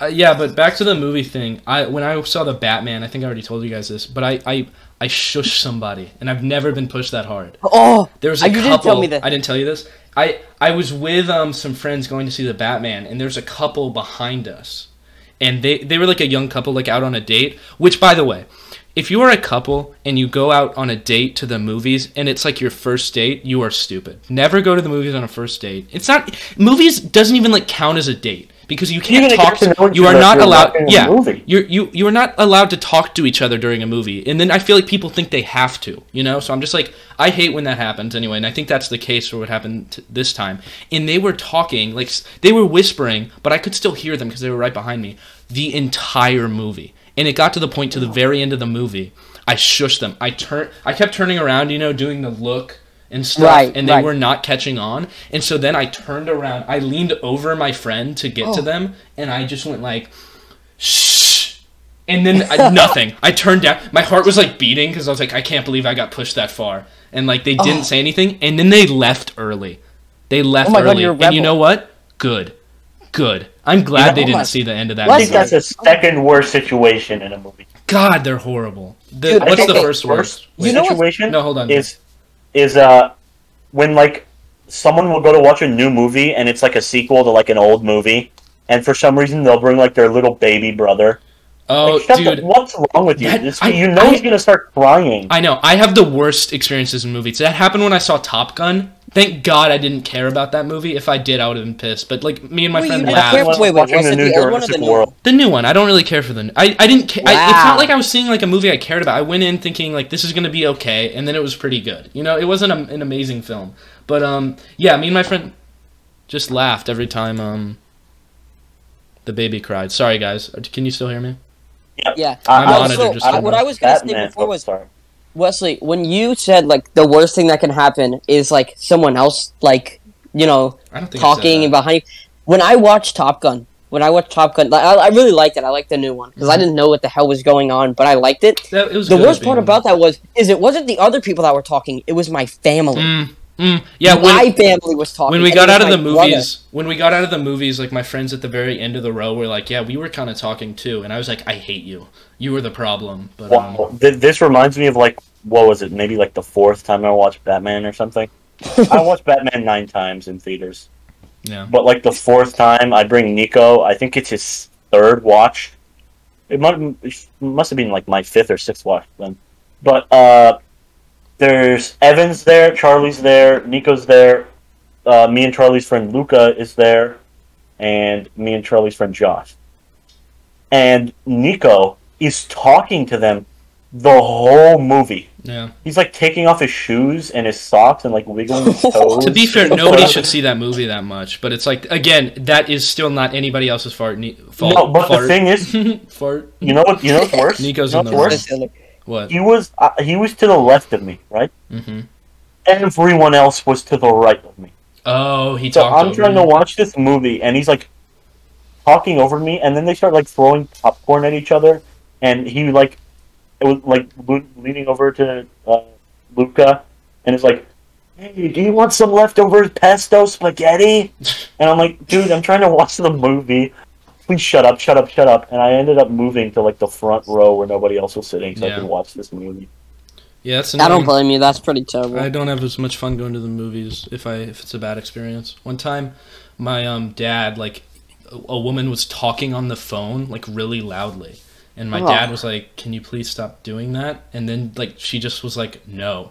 uh, yeah, but back to the movie thing. I when I saw the Batman, I think I already told you guys this, but I I I shushed somebody, and I've never been pushed that hard.
oh,
There was
Uh,
a
you
couple.
didn't tell me this.
I didn't tell you this. I I was with um some friends going to see the Batman, and there's a couple behind us, and they they were like a young couple like out on a date. Which by the way, if you are a couple and you go out on a date to the movies and it's like your first date, you are stupid. Never go to the movies on a first date. It's not movies doesn't even like count as a date because you
You're
can't
gonna
talk.
get to know each
you are
other if
not
you're
allowed.
watching a
Yeah,
movie.
you're, you you are not allowed to talk to each other during a movie, and then I feel like people think they have to, you know. So I'm just like, I hate when that happens anyway, and I think that's the case for what happened t- this time. And they were talking, like s- they were whispering, but I could still hear them because they were right behind me the entire movie. And it got to the point to the very end of the movie, I shushed them. I turn, I kept turning around, you know, doing the look and stuff,
Right,
and they
right.
were not catching on. And so then I turned around, I leaned over my friend to get to
Oh.
them, and I just went like shh. And then I, nothing. I turned down. My heart was like beating because I was like, I can't believe I got pushed that far. And like they didn't say anything. And then they left early. They left
Oh my God,
early.
you're a
and you
rebel.
know what? Good. Good. I'm glad they
oh
didn't
my-
see the end of that.
I
What?
movie.
think that's the second worst situation in a movie.
God, they're horrible. The,
Dude, I
what's
think
the
the
first worst?
You know what's-
situation?
No, hold on.
Is is uh when like someone will go to watch a new movie and it's like a sequel to like an old movie, and for some reason they'll bring like their little baby brother.
oh,
like, shut
dude.
the, what's wrong with you?
That-
This-
I-
you know
I-
he's gonna start crying.
I know. I have the worst experiences in movies. That happened when I saw Top Gun. Thank God I didn't care about that movie. If I did, I would have been pissed. But like me and my
Wait,
friend
you didn't
laughed.
care- wait, wait,
Watching
was
the
it
new
the old one or the
Jurassic
new
World.
one?
The new one. I don't really care for the. I I didn't. Ca- I, it's
Wow.
not like I was seeing like a movie I cared about. I went in thinking like this is gonna be okay, and then it was pretty good. You know, it wasn't a, an amazing film, but um, yeah. Me and my friend just laughed every time um. The baby cried. Sorry guys, Uh, can you still hear me?
Yeah.
My
I-
monitor
also,
just
I,
went
what
off.
I was gonna say
Batman-
before
oh,
was
sorry.
Wesley, when you said like the worst thing that can happen is like someone else like you know
I don't think I said
talking
that.
and behind you. When I watched Top Gun, when I watched Top Gun, like, I, I really liked it. I liked the new one
Mm-hmm.
because I didn't know what the hell was going on, but I liked it.
That- it was
The
good
worst part
being-
about that was is it wasn't the other people that were talking; it was my family.
Mm, mm, yeah, when,
my family was talking.
when we
and
got
it
out of
was
the
my brother.
movies, when we got out of the movies, like my friends at the very end of the row were like, "Yeah, we were kind of talking too," and I was like, "I hate you. You were the problem." But um,
Wow. Th- this reminds me of like what was it? Maybe like the fourth time I watched Batman or something. I watched Batman nine times in theaters,
yeah,
but like the fourth time, I bring Nico. I think it's his third watch. It mu- it must have been like my fifth or sixth watch then. But uh, there's Evans there, Charlie's there, Nico's there, uh, me and Charlie's friend Luca is there, and me and Charlie's friend Josh. And Nico is talking to them the whole movie.
yeah.
He's like taking off his shoes and his socks and like wiggling his toes.
To be fair, nobody should see that movie that much, but it's like again, that is still not anybody else's fart. Ne- fault.
No, but
fart.
the thing is,
fart.
you know what? You know what's worse?
Nico's
you
in
know
the
what's
wrong.
worse?
What?
He was uh, he was to the left of me, right?
hmm
Everyone else was to the right of me.
Oh, he
So
talked.
I'm
over
trying
you.
to watch this movie, and he's like talking over me, and then they start like throwing popcorn at each other, and he like it was like le- leaning over to uh, Luca, and is like, "Hey, do you want some leftover pesto spaghetti?" and I'm like, "Dude, I'm trying to watch the movie." Please shut up, shut up, shut up. And I ended up moving to like the front row where nobody else was sitting so
Yeah.
I could watch this movie.
Yeah, that's
I
annoying.
don't blame you. That's pretty terrible.
I don't have as much fun going to the movies if I if it's a bad experience. One time, my um dad like a, a woman was talking on the phone like really loudly, and my
Oh.
dad was like, "Can you please stop doing that?" And then like she just was like, "No,"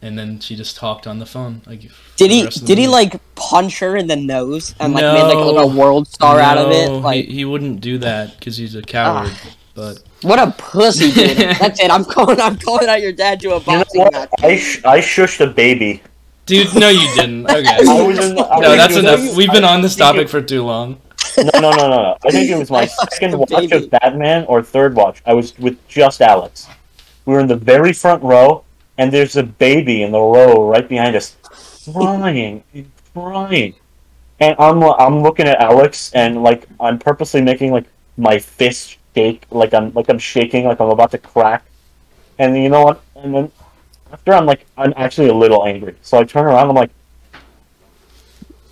and then she just talked on the phone. Like for
Did
the
he?
rest of the
Did he
movie.
like punch her in the nose and like made like a, like, a
No.
world star out of it?
No, he-
Like Ah.
he, wouldn't do that because he's a coward. But
what a pussy, dude! That's it. I'm calling. I'm calling out your dad to a
You know
boxing
what?
match.
I, sh- I shushed a baby.
dude, no, you didn't. Okay.
I was in the- I
No,
was
that's
doing
enough.
this-
We've been
I-
on this topic for too long.
no, no, no, no, no. I think it was my second watch
Baby.
of Batman or third watch. I was with just Alex. We were in the very front row, and there's a baby in the row right behind us, crying and crying. And I'm I'm looking at Alex, and like I'm purposely making like my fist shake, like I'm like I'm shaking, like I'm about to crack. And you know what? And then after I'm like I'm actually a little angry, so I turn around. I'm like,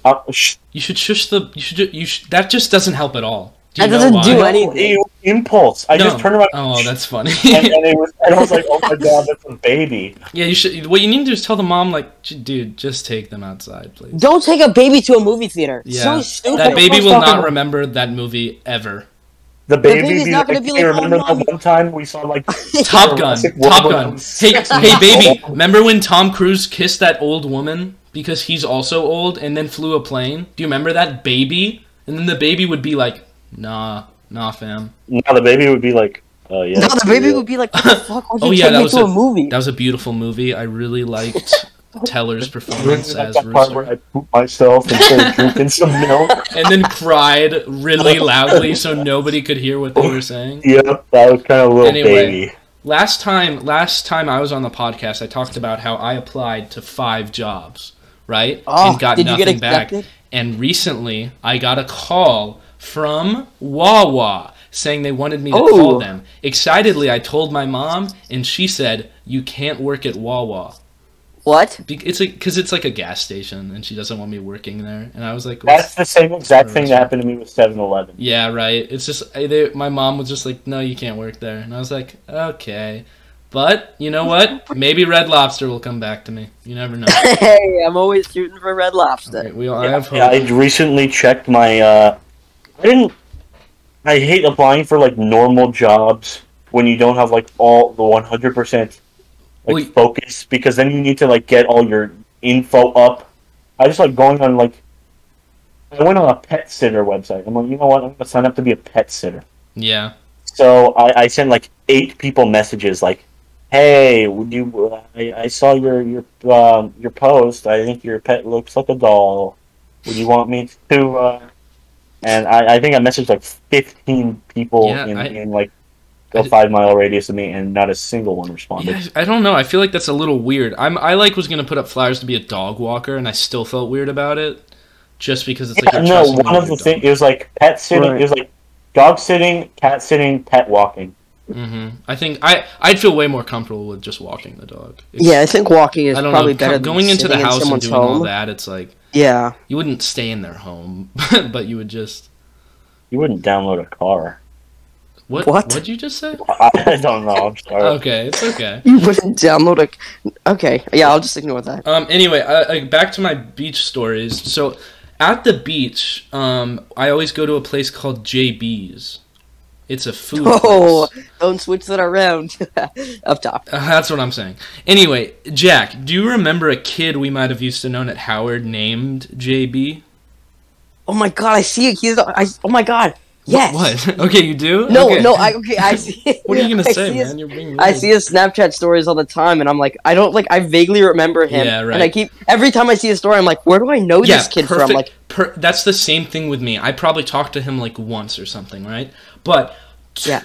uh, sh-
You should shush the. You should. ju- You sh- that just doesn't help at all. Do you
That
know
doesn't
why?
do
No,
anything.
it- impulse. I
No.
just turned around.
Oh, that's funny.
and, and it was, and I was like, oh my god, that's a baby.
yeah, you should. What you need to do is tell the mom, like, "J- dude, just take them outside, please.
Don't take a baby to a movie theater.
Yeah,
so stupid.
that baby
Don't
will
talk
not
about-
remember that movie ever.
The baby.
baby's
be
not gonna
like,
be like,
hey,
oh,
remember
mommy."
that one time we saw like
Top Gun,
Jurassic World
Top
when I
Gun.
was
Hey,
six
hey,
years
baby,
old?
remember when Tom Cruise kissed that old woman because he's also old and then flew a plane? Do you remember that baby? And then the baby would be like, "Nah, nah, fam.
Now the baby would be like, oh yeah.
No,
that's
the baby
real.
would be like, what the fuck? Why'd you
Oh, yeah,
take
that
me
was
to
a-
a movie?
That was a beautiful movie. I really liked Teller's performance
Like
as
that part where
Rooster,
I poop myself and started drinking some milk.
and then cried really loudly so nobody could hear what they were saying."
Yep, that was kind of a little
Anyway.
baby.
Last time, last time I was on the podcast, I talked about how I applied to five jobs, right,
Oh, did you get accepted?
And recently, I got a call from Wawa saying they wanted me to
Oh.
call them. Excitedly, I told my mom, and she said, "You can't work at Wawa."
What?
Be- It's because it's like a gas station, and she doesn't want me working there. And I was like,
That's the same exact thing
Rooster.
that happened to me with 7-Eleven.
yeah, right. It's just I, they, my mom was just like, "No, you can't work there," and I was like, "Okay," but you know what? Maybe Red Lobster will come back to me. You never know.
Hey, I'm always shooting for Red Lobster.
Right, we all, I
Yeah,
have
yeah,
hope.
I recently checked my. Uh, I didn't. I hate applying for like normal jobs when you don't have like all the one hundred percent like
Well, y-
focus because then you need to like get all your info up I just like going on like. I went on a pet sitter website. I'm like, you know what? I'm gonna sign up to be a pet sitter.
Yeah.
So I, I sent like eight people messages like, "Hey, would you? uh, I, I saw your your um, your post. I think your pet looks like a doll. Would you want me to?" Uh... And I, I think I messaged like fifteen people
Yeah,
in,
I-
in like
I
a
d-
five mile radius of me, and not a single one responded.
Yeah, I don't know. I feel like that's a little weird. I'm I like was gonna put up flyers to be a dog walker, and I still felt weird about it, just because it's like
Yeah,
you're
no,
trusting
one of the things it was like pet sitting.
Right.
It was like dog sitting, cat sitting, pet walking.
Mm-hmm. I think I I'd feel way more comfortable with just walking the dog. It's-
Yeah, I think walking is
I don't
probably
know.
better
co- Going
than
into the
sitting in
house and
someone's
doing
home.
all that, it's like
Yeah,
you wouldn't stay in their home, but you would just
You wouldn't download a car.
what?
What?
What'd you just say?
I, I don't know. I'm sorry.
Okay, it's okay.
you wouldn't download a. Okay, yeah, I'll just ignore that.
Um, anyway, uh, uh, back to my beach stories. So, at the beach, um, I always go to a place called JB's. It's a food.
Oh,
place.
don't switch that around. Up top.
Uh, that's what I'm saying. Anyway, Jack, do you remember a kid we might have used to known at Howard named JB?
Oh my god, I see it. He's. I, oh my god. Yes.
What? okay, you do.
No,
Okay.
no. I okay. I see.
What are you gonna
I
say,
see
man?
his-
You're being.
I
rude.
see his Snapchat stories all the time, and I'm like, I don't like. I vaguely remember him.
Yeah, right.
And I keep every time I see a story, I'm like, where do I know this kid from? Like,
per- that's the same thing with me. I probably talked to him like once or something, right? But t-
Yeah.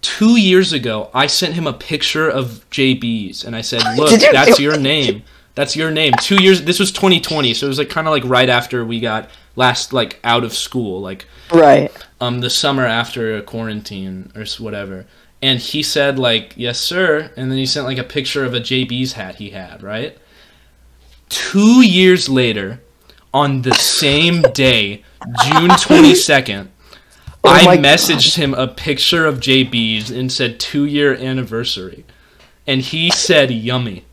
two years ago, I sent him a picture of JB's, and I said, "Look,
Did you-
that's your name. That's your name." Two years. This was 2020, so it was like kind of like right after we got last like out of school, like
right.
um the summer after quarantine or s- whatever. And he said like, "Yes, sir," and then he sent like a picture of a JB's hat he had, right? Two years later, on the same day, June twenty second,
Oh
I
my
messaged him a picture of JB's and said two year anniversary, and he said yummy,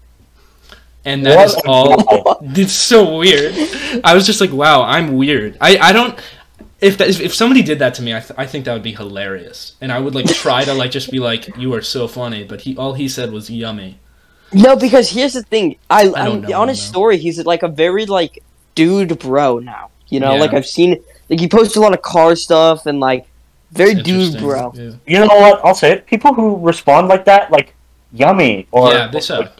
and that is
What a
all
guy.
it's so weird. I was just like, wow, I'm weird. I, I don't. If that, if somebody did that to me, I, th- I think that would be hilarious, and I would like try to like just be like, you are so funny. But he all he said was yummy.
No, because here's the thing. I,
I
I
don't
am
know
on
him,
his
though.
story. He's like a very like dude bro now. You know,
Yeah.
like I've seen like he posts a lot of car stuff and like very dude
Interesting.
bro.
Yeah,
You know what? I'll say it. People who respond like that, like yummy or
yeah they suck.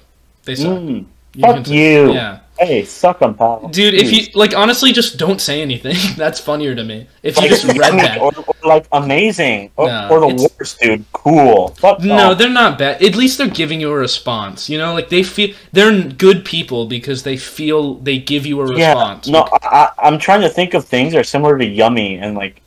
They suck.
Mm,
can
fuck
say-
you.
Yeah,
hey, suck 'em, pal.
dude. If
Jeez.
you like, honestly, just don't say anything. That's funnier to me. If you
like, oh,
just read that.
or, or like amazing or,
No,
or the
it's-
worst, dude, cool. Fuck
No,
off.
they're not bad. At least they're giving you a response. You know, like they feel they're n- good people because they feel they give you a
yeah.
response.
No, I, I, I'm trying to think of things that are similar to yummy and like.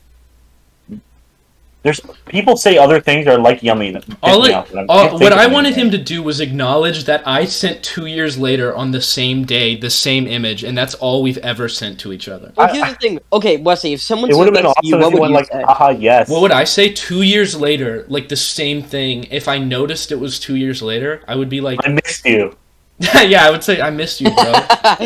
There's people say other things that are like yummy. That piss
All
me
it,
off, but I
all-
can't
what
think
I
of
wanted
anything.
him to do was acknowledge that I sent two years later on the same day the same image, and that's all we've ever sent to each other.
Well,
I-
here's the thing. Okay, Wesley, if someone
It would
said
have been
that
awesome
to you,
if
what
he
would
went
you
like,
say?
haha, yes.
What would I say two years later, like the same thing? If I noticed it was two years later, I would be like,
I missed you.
"Yeah, I would say I missed you, bro.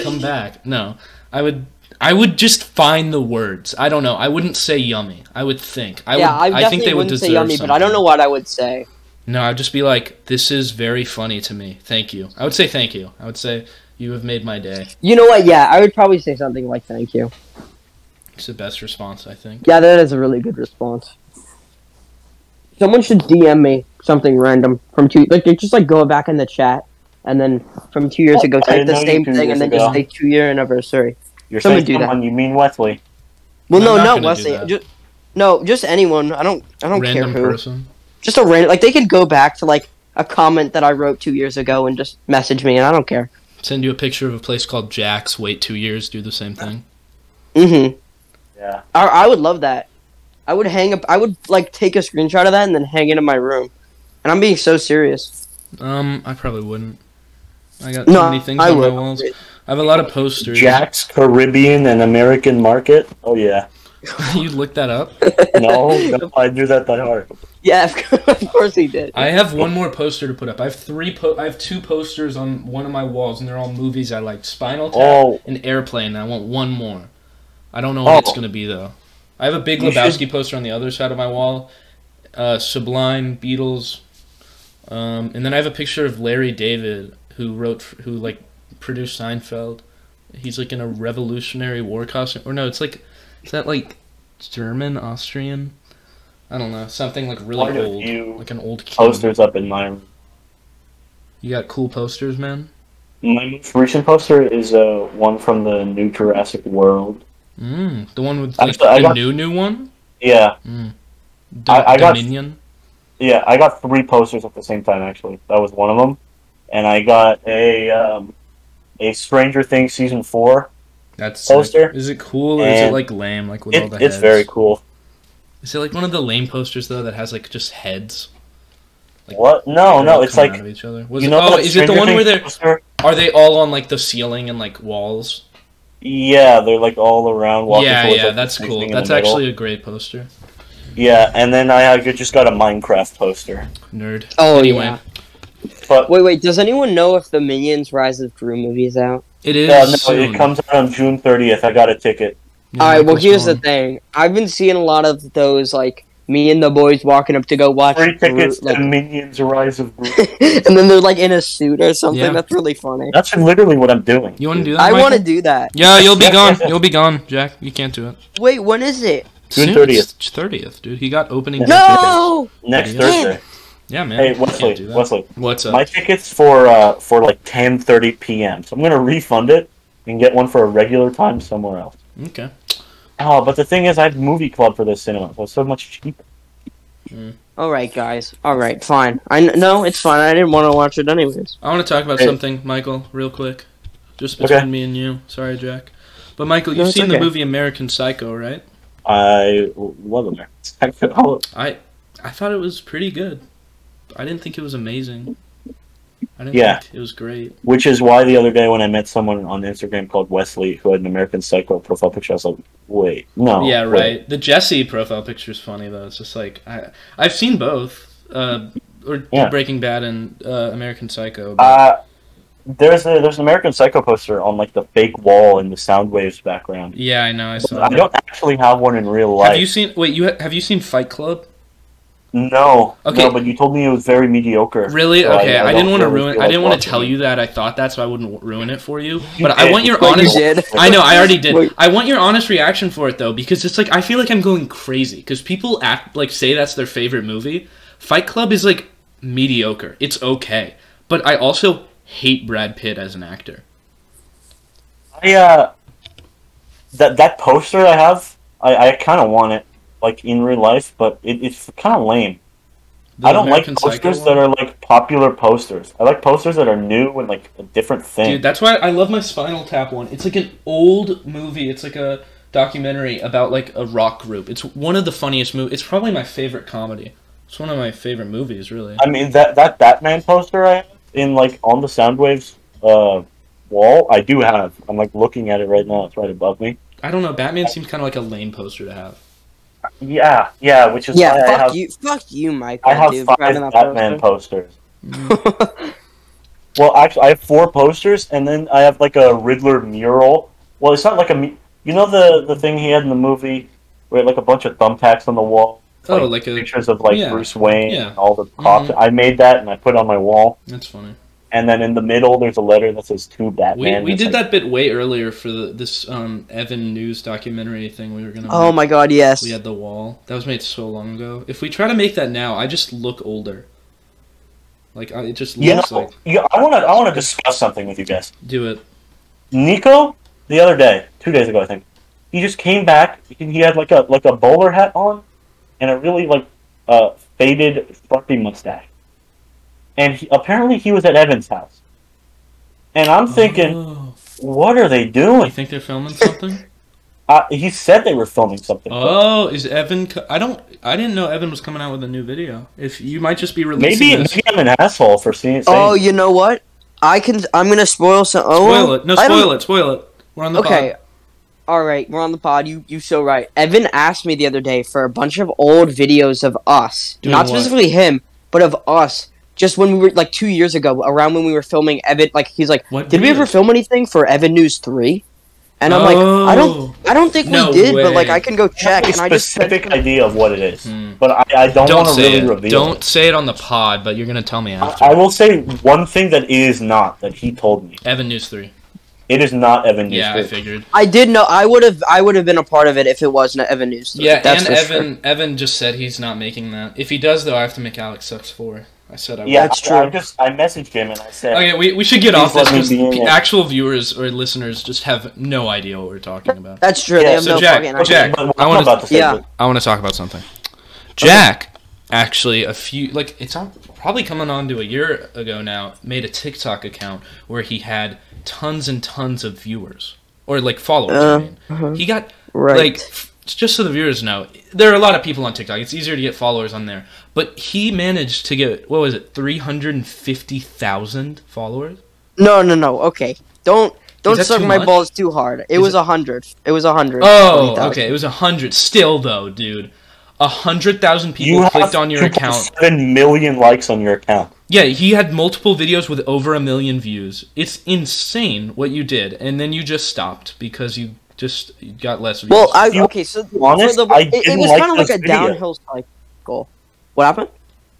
Come back." No, I would. I would just find the words. I don't know. I wouldn't say yummy. I would think. I
yeah,
would,
I,
I,
definitely
think they would
wouldn't
deserve
say yummy, but I don't
something.
know what I would say.
No, I'd just be like, "This is very funny to me. Thank you." I would say thank you. I would say you have made my day.
You know what? Yeah, I would probably say something like "thank you."
It's the best response, I think.
Yeah, that is a really good response. Someone should DM me something random from two. Like, just like go back in the chat, and then from two years ago,
Oh, I
type
didn't
the
know you
same
two
thing, and
years
then
ago.
just say two year anniversary.
You're
Someone
saying
do that.
someone, you mean Wesley.
Well,
I'm not
no,
gonna
no,
do
Wesley.
that.
Just, no, just anyone. I don't. I don't
Random
care who.
person.
Just a random. Like they could go back to like a comment that I wrote two years ago and just message me, and I don't care.
Send you a picture of a place called Jack's. Wait two years, do the same thing.
Mm-hmm.
Yeah.
I, I would love that. I would hang up. I would like take a screenshot of that and then hang it in my room. And I'm being so serious.
Um, I probably wouldn't. I got
No,
too many things
I
on
would.
my walls. I have a lot of posters.
Jack's Caribbean and American Market. Oh yeah.
you look that up.
No, no I do that by heart.
Yeah, of, course- of course he did.
I have one more poster to put up. I have three. Po- I have two posters on one of my walls, and they're all movies I like: Spinal Tap
Oh.
and Airplane. And I want one more. I don't know
Oh.
what it's gonna be though. I have a Big
You should-
Lebowski poster on the other side of my wall. Uh, Sublime, Beatles, um, and then I have a picture of Larry David, who wrote, who like produced Seinfeld. He's like in a Revolutionary War costume, or no, it's like, is that like German, Austrian? I don't know, something like
Quite
really
a
old,
few
like an old king.
Posters up in my room.
You got cool posters, man.
My most recent poster is uh, one from the new Jurassic World.
Mm, the one with
I'm
like,
so- I
the
got-
new new one.
Yeah,
Mm. Do-
I- I got-
Dominion.
yeah. I got three posters at the same time. Actually, that was one of them, and I got a um, a Stranger Things season four.
That's sick.
poster.
Is it cool or is it
And
like lame? Like with all
It,
the heads?
it's very cool.
Is it like one of the lame posters though that has like just heads? Like,
What? No,
They're all
no. It's
coming
like
out of each other. Was
you
it-
know.
oh,
that
is it the
Stranger
one where
Things
they're
poster?
are they all on like the ceiling and like walls?
Yeah, they're like all around walking.
yeah,
towards,
yeah,
like,
that's
the
cool.
thing in the
That's
middle.
actually a great poster.
Yeah, and then I uh, just got a Minecraft poster.
Nerd.
Oh
Anyway,
yeah.
But uh,
Wait, wait. Does anyone know if the Minions Rise of Drew movie is out?
it is.
uh, no,
soon.
it comes out on June thirtieth. I got a ticket.
Yeah,
All right. Well,
Michael's
here's the
gone.
thing. I've been seeing a lot of those, like me and the boys walking up to go watch.
Three
Drew,
tickets
like-
to Minions: Rise of Gru-
and then they're like in a suit or something.
Yeah.
That's really funny.
That's literally what I'm doing.
You want to do that?
I want to
Michael?
do that.
Yeah, you'll be
Yeah,
gone.
yeah, yeah.
You'll be gone, Jack. You can't do it.
Wait, when is it?
June
Thirtieth, dude. He got opening. day
No.
next
Yeah.
Thursday.
tickets. Yeah, man.
Hey
you can't
Wesley,
do that.
Wesley,
What's up?
my tickets for uh for like 10:30 p.m. So I'm gonna refund it and get one for a regular time somewhere else.
Okay.
Oh, but the thing is, I have movie club for this cinema, so it's so much cheaper.
All right, guys. All right, fine. I kn- no, it's fine. I didn't want to watch it anyways.
I want to talk about
Hey.
something, Michael, real quick. Just between
Okay.
me and you. Sorry, Jack. But Michael,
No,
you've
it's
seen the
okay.
movie American Psycho, right?
I love Oh, American Psycho.
I thought it was pretty good. I didn't think it was amazing. I didn't
Yeah.
think it was great.
Which is why the other day when I met someone on Instagram called Wesley who had an American Psycho profile picture, I was like, wait, no.
yeah,
Oh, wait.
right. The Jesse profile picture is funny though. It's just like I I've seen both, uh, or
Yeah.
Breaking Bad and uh, American Psycho. but-
Uh, there's a there's an American Psycho poster on like the fake wall in the sound waves background.
yeah, I know. I saw.
I
that.
don't actually have one in real life.
have you seen? Wait, you ha- have you seen Fight Club?
No.
Okay.
No, but you told me it was very mediocre.
Really?
So I-
okay,
I
I,
don't
didn't want to
really
ruin.
feel
I
like
didn't want to
watching
tell
it.
you that. I thought that, so I wouldn't ruin it for you.
You
But I
did.
want your
But you
honest.
did.
I know, I already did.
Wait.
I want your honest reaction for it though, because it's like I feel like I'm going crazy because people act like say that's their favorite movie. Fight Club is like mediocre. It's okay, but I also hate Brad Pitt as an actor.
I uh, that that poster I have, I, I kind of want it like in real life, but it, it's kind of lame.
The
I don't
American
like
Psycho
posters
one?
that are like popular posters. I like posters that are new and like a different thing.
Dude, that's why I love my Spinal Tap one. It's like an old movie. It's like a documentary about like a rock group. It's one of the funniest movies. It's probably my favorite comedy. It's one of my favorite movies, really.
I mean that that Batman poster I have in like on the Soundwaves uh wall, I do have. I'm like looking at it right now. It's right above me.
I don't know. Batman seems kind of like a lame poster to have.
Yeah, yeah. Which is why
Yeah,
I
fuck
have
you, fuck you, Michael.
I have
dude, for
five
having that
Batman
poster.
posters. Well, actually, I have four posters, and then I have like a Riddler mural. Well, it's not like a mu- you know the the thing he had in the movie where like a bunch of thumbtacks on the wall,
Oh,
Like,
like a
pictures of like
Yeah.
Bruce Wayne
Yeah. Mm-hmm.
and all the cops. I made that and I put it on my wall,
that's funny.
and then in the middle there's a letter that says to
We,
Batman.
we
It's
did
like-
that bit way earlier for the, this um Evan News documentary thing we were gonna.
Oh
make.
my god, yes.
We had the wall that was made so long ago. If we try to make that now, I just look older. Like I, it just
You
looks
know,
like
yeah, I want to I want to discuss something with you guys.
do it.
Nico, the other day, two days ago, I think, he just came back. He had like a like a bowler hat on, and a really like uh, faded Sharpie mustache. And he, apparently, he was at Evan's house. And I'm thinking,
Oh.
what are they
You
doing?
think they're filming something?
Uh, he said they were filming something.
oh, is Evan? Co- I don't. I didn't know Evan was coming out with a new video. If you might just be releasing
maybe,
this.
maybe I'm an asshole for seeing it.
Oh,
saying-
you know what? I can. I'm gonna spoil some. Oh,
Spoil it. No,
I don't-
spoil it. Spoil it. We're on the
Okay.
pod.
All right, we're on the pod. You you so right. Evan asked me the other day for a bunch of old videos of us,
Doing
not
what?
specifically him, but of us. Just when we were like two years ago, around when we were filming Evan, like he's like,
What
did we ever
videos?
film anything for Evan News Three? And I'm like, I don't, I don't think
Oh. No
we did, but like
way.
I can go
I have
check.
a
And I just
specific idea of what it is,
Hmm.
but I, I don't,
Don't
want to
say
really
it.
reveal.
Don't
it.
say it on the pod, but you're gonna tell me after.
I, I will say one thing that is not that he told me.
Evan News Three.
It is not Evan
Yeah, I
Newsford.
figured.
I did know. I would have. I would have been a part of it if it wasn't Evan News.
Yeah,
that's
and
for sure.
Evan Evan just said he's not making that. If he does, though, I have to make Alex sucks four. I said I would.
yeah,
That's
I, I
true.
just I messaged him and I said,
Okay, we, we should get off
Please
this
let me
because
be in it.
actual viewers or listeners just have no idea what we're talking about.
That's true.
Yeah,
they have
so
no
Jack-
fucking idea.
Jack,
but
I
I'm
wanna-
about to say
yeah.
this.
I want to talk about something. Jack, actually, a few like it's on, probably coming on to a year ago now, made a TikTok account where he had tons and tons of viewers or like followers. I
Uh,
mean.
uh-huh.
He got
Right.
like f- just so the viewers know, there are a lot of people on TikTok. It's easier to get followers on there, but he managed to get what was it, three hundred and fifty thousand followers.
no, no, no. Okay, don't don't
that
suck
too
my
much?
balls too hard. It
Is
was
it-
a hundred. It was a hundred.
Oh, okay. It was a hundred. Still though, dude, a hundred thousand people
you
clicked
have
on your account.
Seven million likes on your account.
Yeah, he had multiple videos with over a million views. It's insane what you did, and then you just stopped because you just got less views.
Well, I
You-
okay. So
be honest,
for the,
I
it, it
didn't
was
like
kind of
those
like a
videos.
downhill cycle. What happened?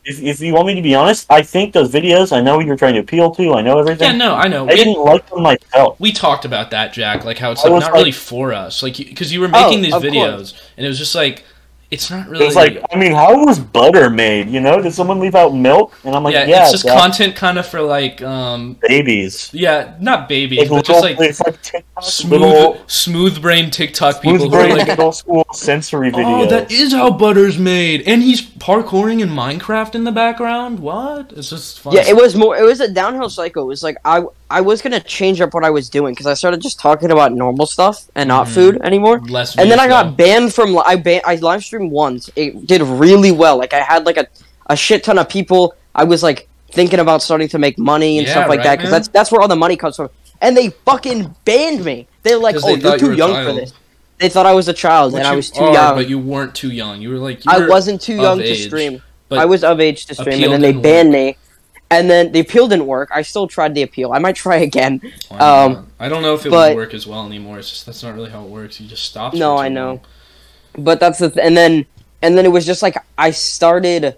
If, if you want me to be honest, I think those videos. I know what you're trying to appeal to. I know everything.
yeah, no, I know.
I didn't
We,
like them myself.
we talked about that, Jack. Like how it's
I
like
was
not
like-
really for us, like because you were making
Oh,
these
of course.
videos, and it was just like it's not
It
really.
was like, I mean, how was butter made? You know, did someone leave out milk? And I'm like,
yeah,
yeah,
it's just
Jack,
content kind of for like um
babies.
yeah, not babies,
Like,
but
little-
just like
it's like TikTok,
smooth
little,
smooth brain TikTok people
smooth
who are
brain
like
middle school sensory
Oh,
videos.
that is how butter's made, and he's parkouring in Minecraft in the background. What? It's just fun.
Yeah, it was more. It was a downhill cycle. It was like I I was gonna change up what I was doing because I started just talking about normal stuff and not
Mhm.
food anymore.
less.
And then I
views,
got banned from. li- I ban- I live streamed once. It did really well. Like I had like a a shit ton of people. I was like thinking about starting to make money and
Yeah,
stuff like
right,
that because
man.
that's that's where all the money comes from. And they fucking banned me. They're like,
'Cause they
"Oh,
thought
you're
you were
too
a
young
child."
for this." They thought I was a child
though.
and
Which
I
you
was too
are,
young.
but you weren't too young. You were like you
I
were
wasn't too
of
young to
age,
stream.
But
I was of age to stream,
appeal
and then they
didn't
banned me. And then the appeal didn't work. I still tried the appeal. I might try again.
why not?
um,
I don't know if it would
but-
work as well anymore. It's just that's not really how it works. You just stop.
No, I know. But that's the th- and then and then it was just like I started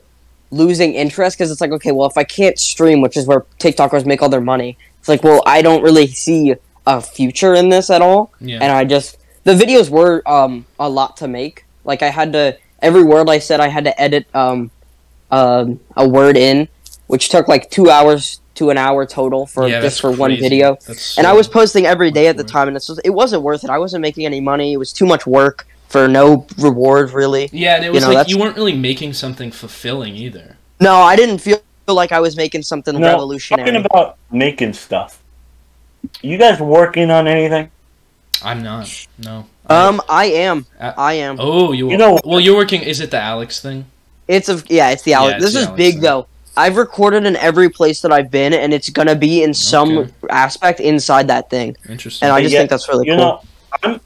losing interest because it's like okay, well if I can't stream, which is where TikTokers make all their money, it's like well I don't really see a future in this at all.
Yeah.
and I just the videos were um a lot to make. Like I had to every word I said I had to edit um um a word in, which took like two hours to an hour total for
Yeah,
just
that's
for one
crazy.
video.
That's
And I
so-
was posting every day at the
Word.
time, and it's just, it wasn't worth it. I wasn't making any money. It was too much work for no reward, really.
Yeah, and it was
know,
like
that's-
you weren't really making something fulfilling either.
No, I didn't feel like I was making something
No,
revolutionary.
Talking about making stuff. You guys working on anything?
I'm not. No.
um, I am.
Uh,
I am.
Oh, you.
You
know.
know-
Well, you're working. Is it the Alex thing?
It's a yeah, it's the
Yeah,
Alex.
it's
this
the
is
Alex
big
thing.
though. I've recorded in every place that I've been, and it's gonna be in some
Okay.
aspect inside that thing.
Interesting.
And I
But
just
yet,
think that's really
you
cool.
know, I'm.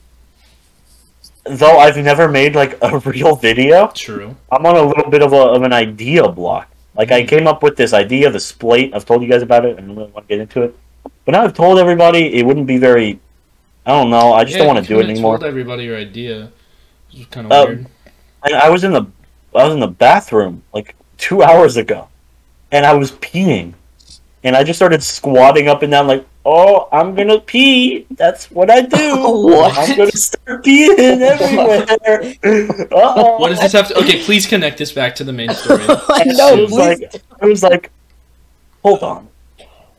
Though I've never made like a real video,
True.
I'm on a little bit of, a, of an idea block. Like
Hmm.
I came up with this idea, the splate. I've told you guys about it. I don't really want to get into it, but now I've told everybody it wouldn't be very. I don't know. I just don't want to do it anymore.
Told everybody your idea. It was kind of
Uh,
weird.
I, I was in the I was in the bathroom like two hours ago, and I was peeing, and I just started squatting up and down like, oh, I'm gonna pee. That's what I do.
What?
I'm gonna start peeing everywhere. Uh-oh.
What does this have to? Okay, please connect this back to the main story.
I
And
know,
it was
please.
like I was like, hold on,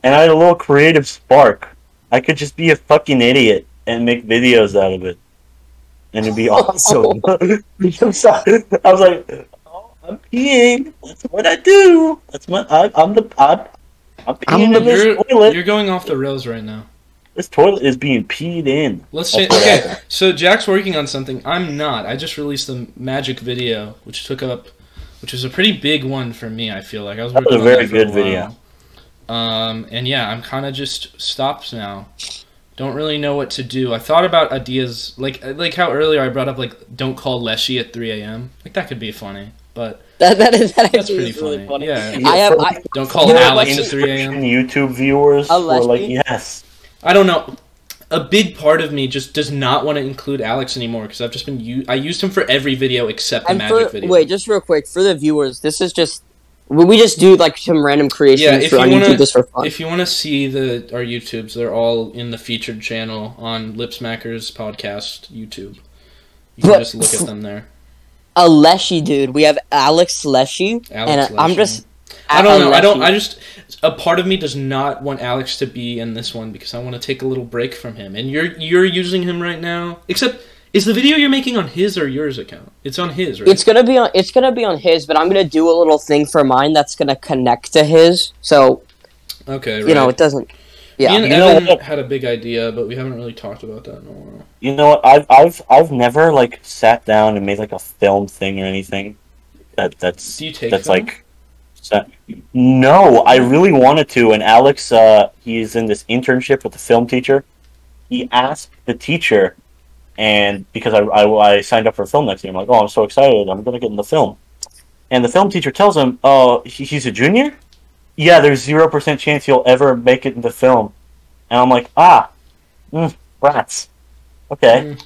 and I had a little creative spark. I could just be a fucking idiot and make videos out of it, and it'd be awesome. I'm sorry. I was like, oh, I'm peeing. That's what I do. That's what I, I'm the I'm, I'm peeing
I'm
in
the-
this
you're,
toilet.
you're going off the rails right now.
This toilet is being peed in.
Let's say
That's what
okay. So Jack's working on something. I'm not. I just released the magic video, which took up, which was a pretty big one for me. I feel like I was
That
working
was a
on
very
that for a while.
good video.
Um, and yeah, I'm kind of just stopped now. Don't really know what to do. I thought about ideas like like how earlier I brought up like don't call Leshy at 3 a.m. Like that could be funny, but
that, that is that
that's
actually
pretty
is really
funny.
funny.
Yeah.
I have I,
Don't call
You know,
Alex at
Leshy-
3 a.m.
YouTube viewers
A
were like,
lesbian?
yes.
I don't know. A big part of me just does not want to include Alex anymore because I've just been u- I used him for every video except the
and
magic
for
video.
wait, just real quick for the viewers, this is just We we just do like some random
Yeah,
creations
if
for on
you wanna-
YouTube just for fun.
If you want to see the our YouTubes, they're all in the featured channel on Lipsmackers Podcast YouTube. You can
But-
just look at them there.
a Leshy dude. We have Alex Leshy, and
Alex
I'm
Leshy.
just.
I
at
don't know. I
Leshy.
don't. I just a part of me does not want Alex to be in this one because I want to take a little break from him. And you're you're using him right now. Except is the video you're making on his or yours account? It's on his, right?
It's gonna be on. It's gonna be on his, but I'm gonna do a little thing for mine that's gonna connect to his. So
okay.
you
right.
know, it doesn't. Yeah.
Me and
You know
Evan
what?
had a big idea, but we haven't really talked about that in a while.
You know what? I've I've I've never like sat down and made like a film thing or anything. That that's
Do you take
that's
them?
like. sa- No, I really wanted to. And Alex, uh, he is in this internship with the film teacher. He asked the teacher, and because I, I, I signed up for film next year, I'm like, oh, I'm so excited! I'm gonna get in the film. And the film teacher tells him, oh, he, he's a junior. Yeah, there's zero percent chance you'll ever make it in the film. And I'm like, ah, mm, rats. Okay.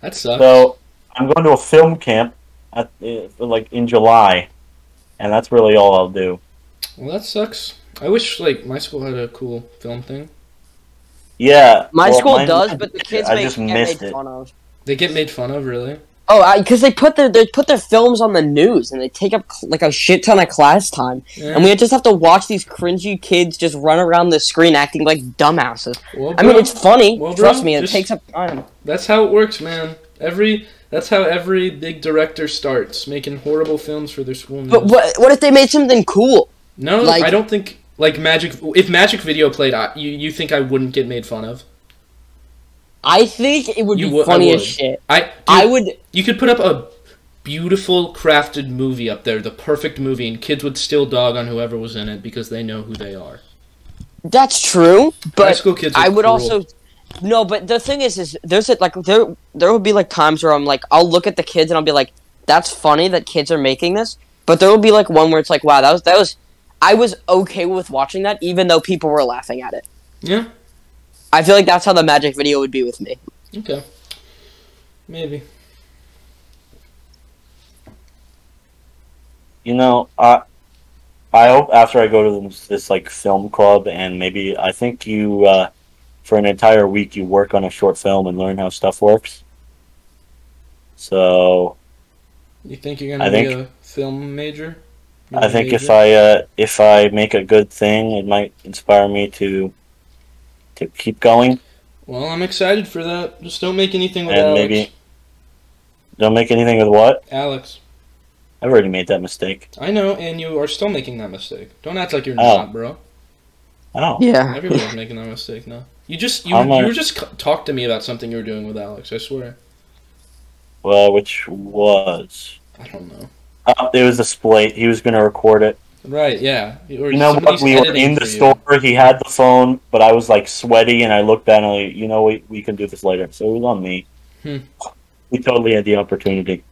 That sucks.
So I'm going to a film camp at uh, like in July, and that's really all I'll do.
well, that sucks. I wish like my school had a cool film thing.
Yeah,
My
well,
school
mine-
does, but the kids
I
make,
just
get
missed
made
it.
fun of.
They get made fun of, really.
Oh, because they put their they put their films on the news and they take up cl- like a shit ton of class time,
Yeah.
and we just have to watch these cringy kids just run around the screen acting like dumbasses.
Well,
I mean,
bro,
it's funny.
Well, bro,
trust me, it
just- Mm.
takes up time.
that's how it works, man. Every that's how every big director starts making horrible films for their school.
But
news.
what what if they made something cool?
no,
like-
I don't think like magic. If Magic Video played, I, you you think I wouldn't get made fun of?
I think it would
You
be
would- I
funny as
would.
shit.
I dude,
I would.
You could put up a beautiful crafted movie up there, the perfect movie, and kids would still dog on whoever was in it because they know who they are.
That's true,
High
but
school kids. Are
I would
cruel.
also. No, but the thing is, is there's a, like there there will be like times where I'm like I'll look at the kids and I'll be like, that's funny that kids are making this, but there will be like one where it's like, wow, that was that was, I was okay with watching that even though people were laughing at it.
yeah.
I feel like that's how the magic video would be with me.
Okay. Maybe.
You know, I I hope after I go to this, this like film club, and maybe I think you uh, for an entire week you work on a short film and learn how stuff works. So
You think you're gonna
I
be a
think-
film major?
I think if
Major?
I uh, if I make a good thing, it might inspire me to to keep going.
Well, I'm excited for that. Just don't make anything with
And
Alex.
maybe- Don't make anything with what?
Alex,
I've already made that mistake.
I know, and you are still making that mistake. Don't act like you're
Oh.
not, bro.
Oh.
Yeah.
Everyone's making that mistake now. You just you,
I'm
you
a-
were just c- talked to me about something you were doing with Alex. I swear.
Well, which was
I don't know.
uh, it was the split. He was going to record it.
Right? Yeah. Or
You know what?
somebody's
We were
editing
in the
for you.
store. He had the phone, but I was like sweaty, and I looked down and I, you know, we we can do this later. So it was on me.
Hmm.
We totally had the opportunity.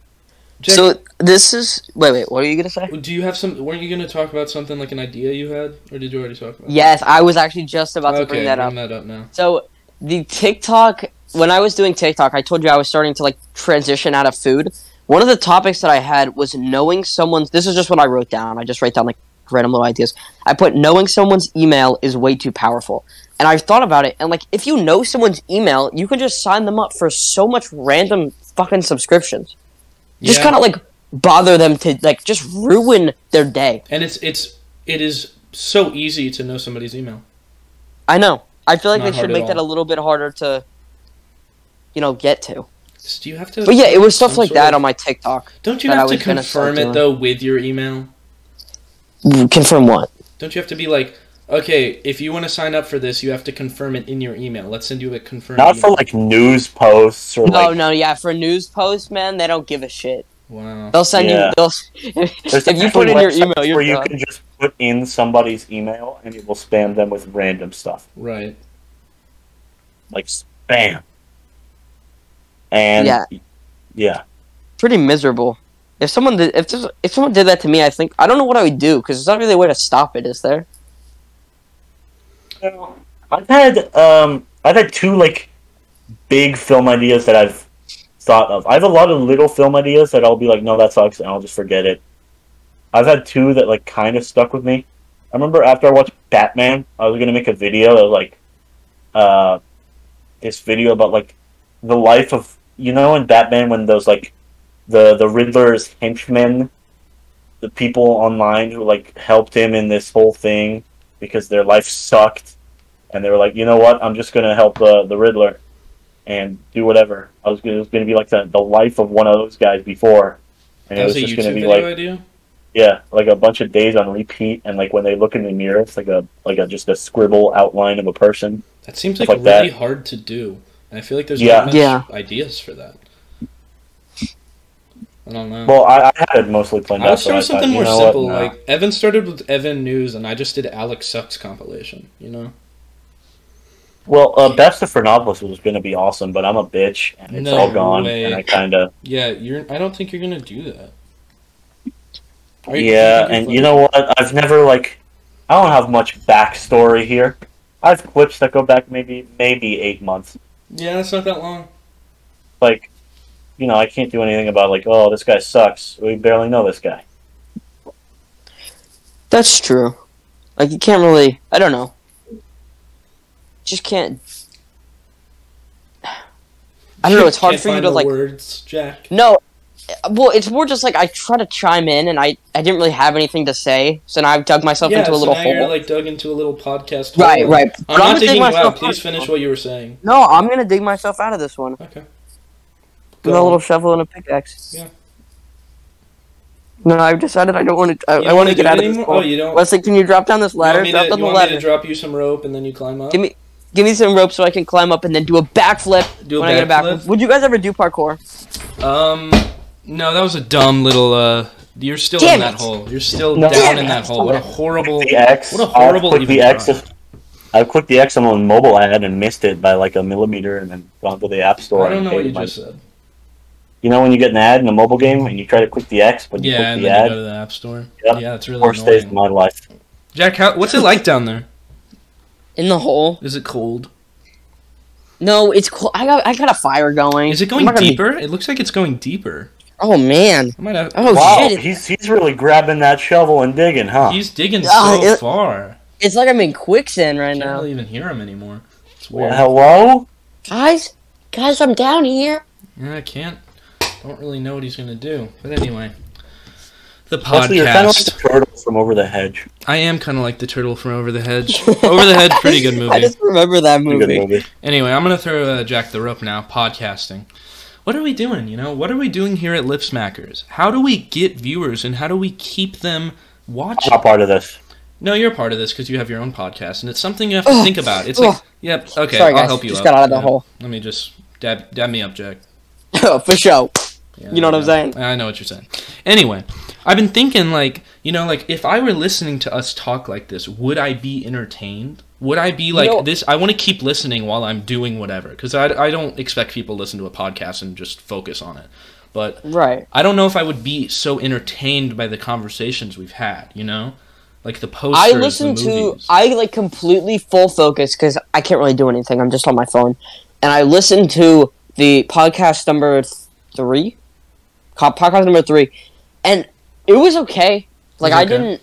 Jake,
So this is wait wait what are you gonna say?
do you have some? Weren't you gonna talk about something like an idea you had, or did you already talk about? it?
Yes, I was actually just about to
Okay,
bring that up.
that up now.
So the TikTok when I was doing TikTok, I told you I was starting to like transition out of food. One of the topics that I had was knowing someone's this is just what I wrote down. I just write down like random little ideas. I put knowing someone's email is way too powerful. And I've thought about it and like if you know someone's email, you can just sign them up for so much random fucking subscriptions. Just
Yeah.
kind of like bother them to like just ruin their day.
And it's it's it is so easy to know somebody's email.
I know. I feel like
Not
they should
hard at
make that a
all.
little bit harder to you know get to.
So Do you have to?
But yeah, it was stuff
some
like
sort
that
of-
on my TikTok.
Don't you
that I
have to
was gonna start
confirm it
doing.
though with your email?
Confirm what?
Don't you have to be like, okay, if you want to sign up for this, you have to confirm it in your email. Let's send you a confirmed.
Not for
email.
like news posts or
No,
like.
no, yeah. For news posts, man, they don't give a shit.
Wow.
They'll send
Yeah.
you. They'll if you put in
actually
your
websites
email,
where
you're
you
done.
can just put in somebody's email and it will spam them with random stuff.
Right.
like spam. And
Yeah.
yeah,
pretty miserable. If someone did, if this, if someone did that to me, I think I don't know what I would do because there's not really a way to stop it, is there?
I've had um, I've had two like big film ideas that I've thought of. I have a lot of little film ideas that I'll be like, no, that sucks, and I'll just forget it. I've had two that like kind of stuck with me. I remember after I watched Batman, I was gonna make a video of like, uh, this video about like the life of you know in Batman when those like the the Riddler's henchmen, the people online who like helped him in this whole thing because their life sucked, and they were like, you know what, I'm just gonna help uh, the the Riddler, and do whatever. I was gonna, it was gonna be like the the life of one of those guys before, and
That was a
it was
YouTube
just gonna be
video
like.
idea.
Yeah, like a bunch of days on repeat, and like when they look in the mirror, it's like a like a just a scribble outline of a person.
That seems like,
stuff like
really hard to do, and I feel like there's
Yeah.
not much
Yeah.
ideas for that. I don't know.
Well, I, I had it mostly planned
I
out.
was
so
doing
thought,
something
you
more
know what,
simple.
nah.
Like Evan started with Evan News, and I just did Alex Sucks compilation. You know?
well, uh, Best of Phrenopoulos was going to be awesome, but I'm a bitch, and it's
No
all gone,
way.
and I kind of
Yeah, you're. I don't think you're gonna do that. Are you-
yeah,
think
and
you're
you know what? I've never like I don't have much backstory here. I have clips that go back maybe maybe eight months.
fucking- Yeah, that's not that long.
Like, you know, I can't do anything about like, oh, this guy sucks. We barely know this guy.
That's true. Like you can't really. I don't know. Just can't. I don't know. It's hard
Can't
for you
find
to
the
like.
words, Jack.
No. Well, it's more just like I try to chime in, and I I didn't really have anything to say, so now I've dug myself
Yeah,
into a
so
little
now
hole.
you're like dug into a little podcast. hole.
right, right.
I'm
But
not
gonna dig
taking you
myself
out.
out
Please
of this
finish
one.
what you were saying.
No, I'm gonna dig myself out of this one
Okay.
with a little shovel and a pickaxe.
Yeah.
No, I've decided I don't want to. I,
You
I
don't
want
wanna
to get
do
out
it
of this.
anymore?
hole.
Oh, you don't-
Wesley, can you drop down this ladder?
You want me,
Drop
to,
down
you
the
want me
ladder.
to drop you some rope and then you climb up?
Give me, give me some rope so I can climb up and then do a backflip
Do a
when I get a
backflip?
backflip. Would you guys ever do parkour?
Um, no, that was a dumb little. uh You're still
Damn
in that
it.
hole. You're still
No.
down
Damn
in
it.
that hole. What a horrible.
The X.
What a
I'll
horrible.
click the
even
X.
try.
If, I clicked the X on a mobile ad and missed it by like a millimeter, and then gone to the app store.
I don't
and
know what you
paid my-
just said.
You know when you get an ad in a mobile game and you try to click the X, but you
Yeah,
click
and
the
then you
ad.
go to the app store.
Yep.
Yeah, it's really
Worst days of
annoying.
my life.
Jack, how, what's it like down there?
In the hole?
Is it cold?
No, it's cool. I got I got a fire going.
Is it
I'm
going
not gonna be-
deeper? It looks like it's going deeper.
oh man.
I might have.
Oh
wow,
shit. It's,
he's he's really grabbing that shovel and digging, huh?
He's digging
Oh,
so
it-
far.
it's like I'm in quicksand right
I can't
now,
really even hear him anymore. It's
Well,
weird.
hello.
guys. Guys, I'm down here.
Yeah, I can't. Don't really know what he's gonna do. But anyway, the
Wesley, You're kind of like
podcast.
the turtle from over the hedge.
I am kind of like the turtle from Over the Hedge. Over the Hedge, pretty good
I
movie.
just remember that movie.
Good movie.
Anyway, I'm gonna throw uh, Jack the rope now. Podcasting. What are we doing? You know, what are we doing here at Lip Smackers? How do we get viewers and how do we keep them watching?
Top part of this.
No, you're part of this because you have your own podcast, and it's something you have to
Ugh.
think about. It's like,
Ugh.
yep, okay,
Sorry,
I'll
guys,
help you
just
out.
got out of the
Yeah.
hole.
Let me just dab dab me up, Jack.
Oh, For sure.
Yeah,
You know what I'm saying?
I know what you're saying. Anyway, I've been thinking like, you know, like if I were listening to us talk like this, would I be entertained? Would I be like
know-
this? I want to keep listening while I'm doing whatever because I, I don't expect people to listen to a podcast and just focus on it. But
Right.
I don't know if I would be so entertained by the conversations we've had. You know, like the posters.
I
the
listen to
movies.
I like completely full focus because I can't really do anything. I'm just on my phone, and I listen to the podcast number th- three, co- podcast number three, and it was okay. Like
was
I
okay.
didn't.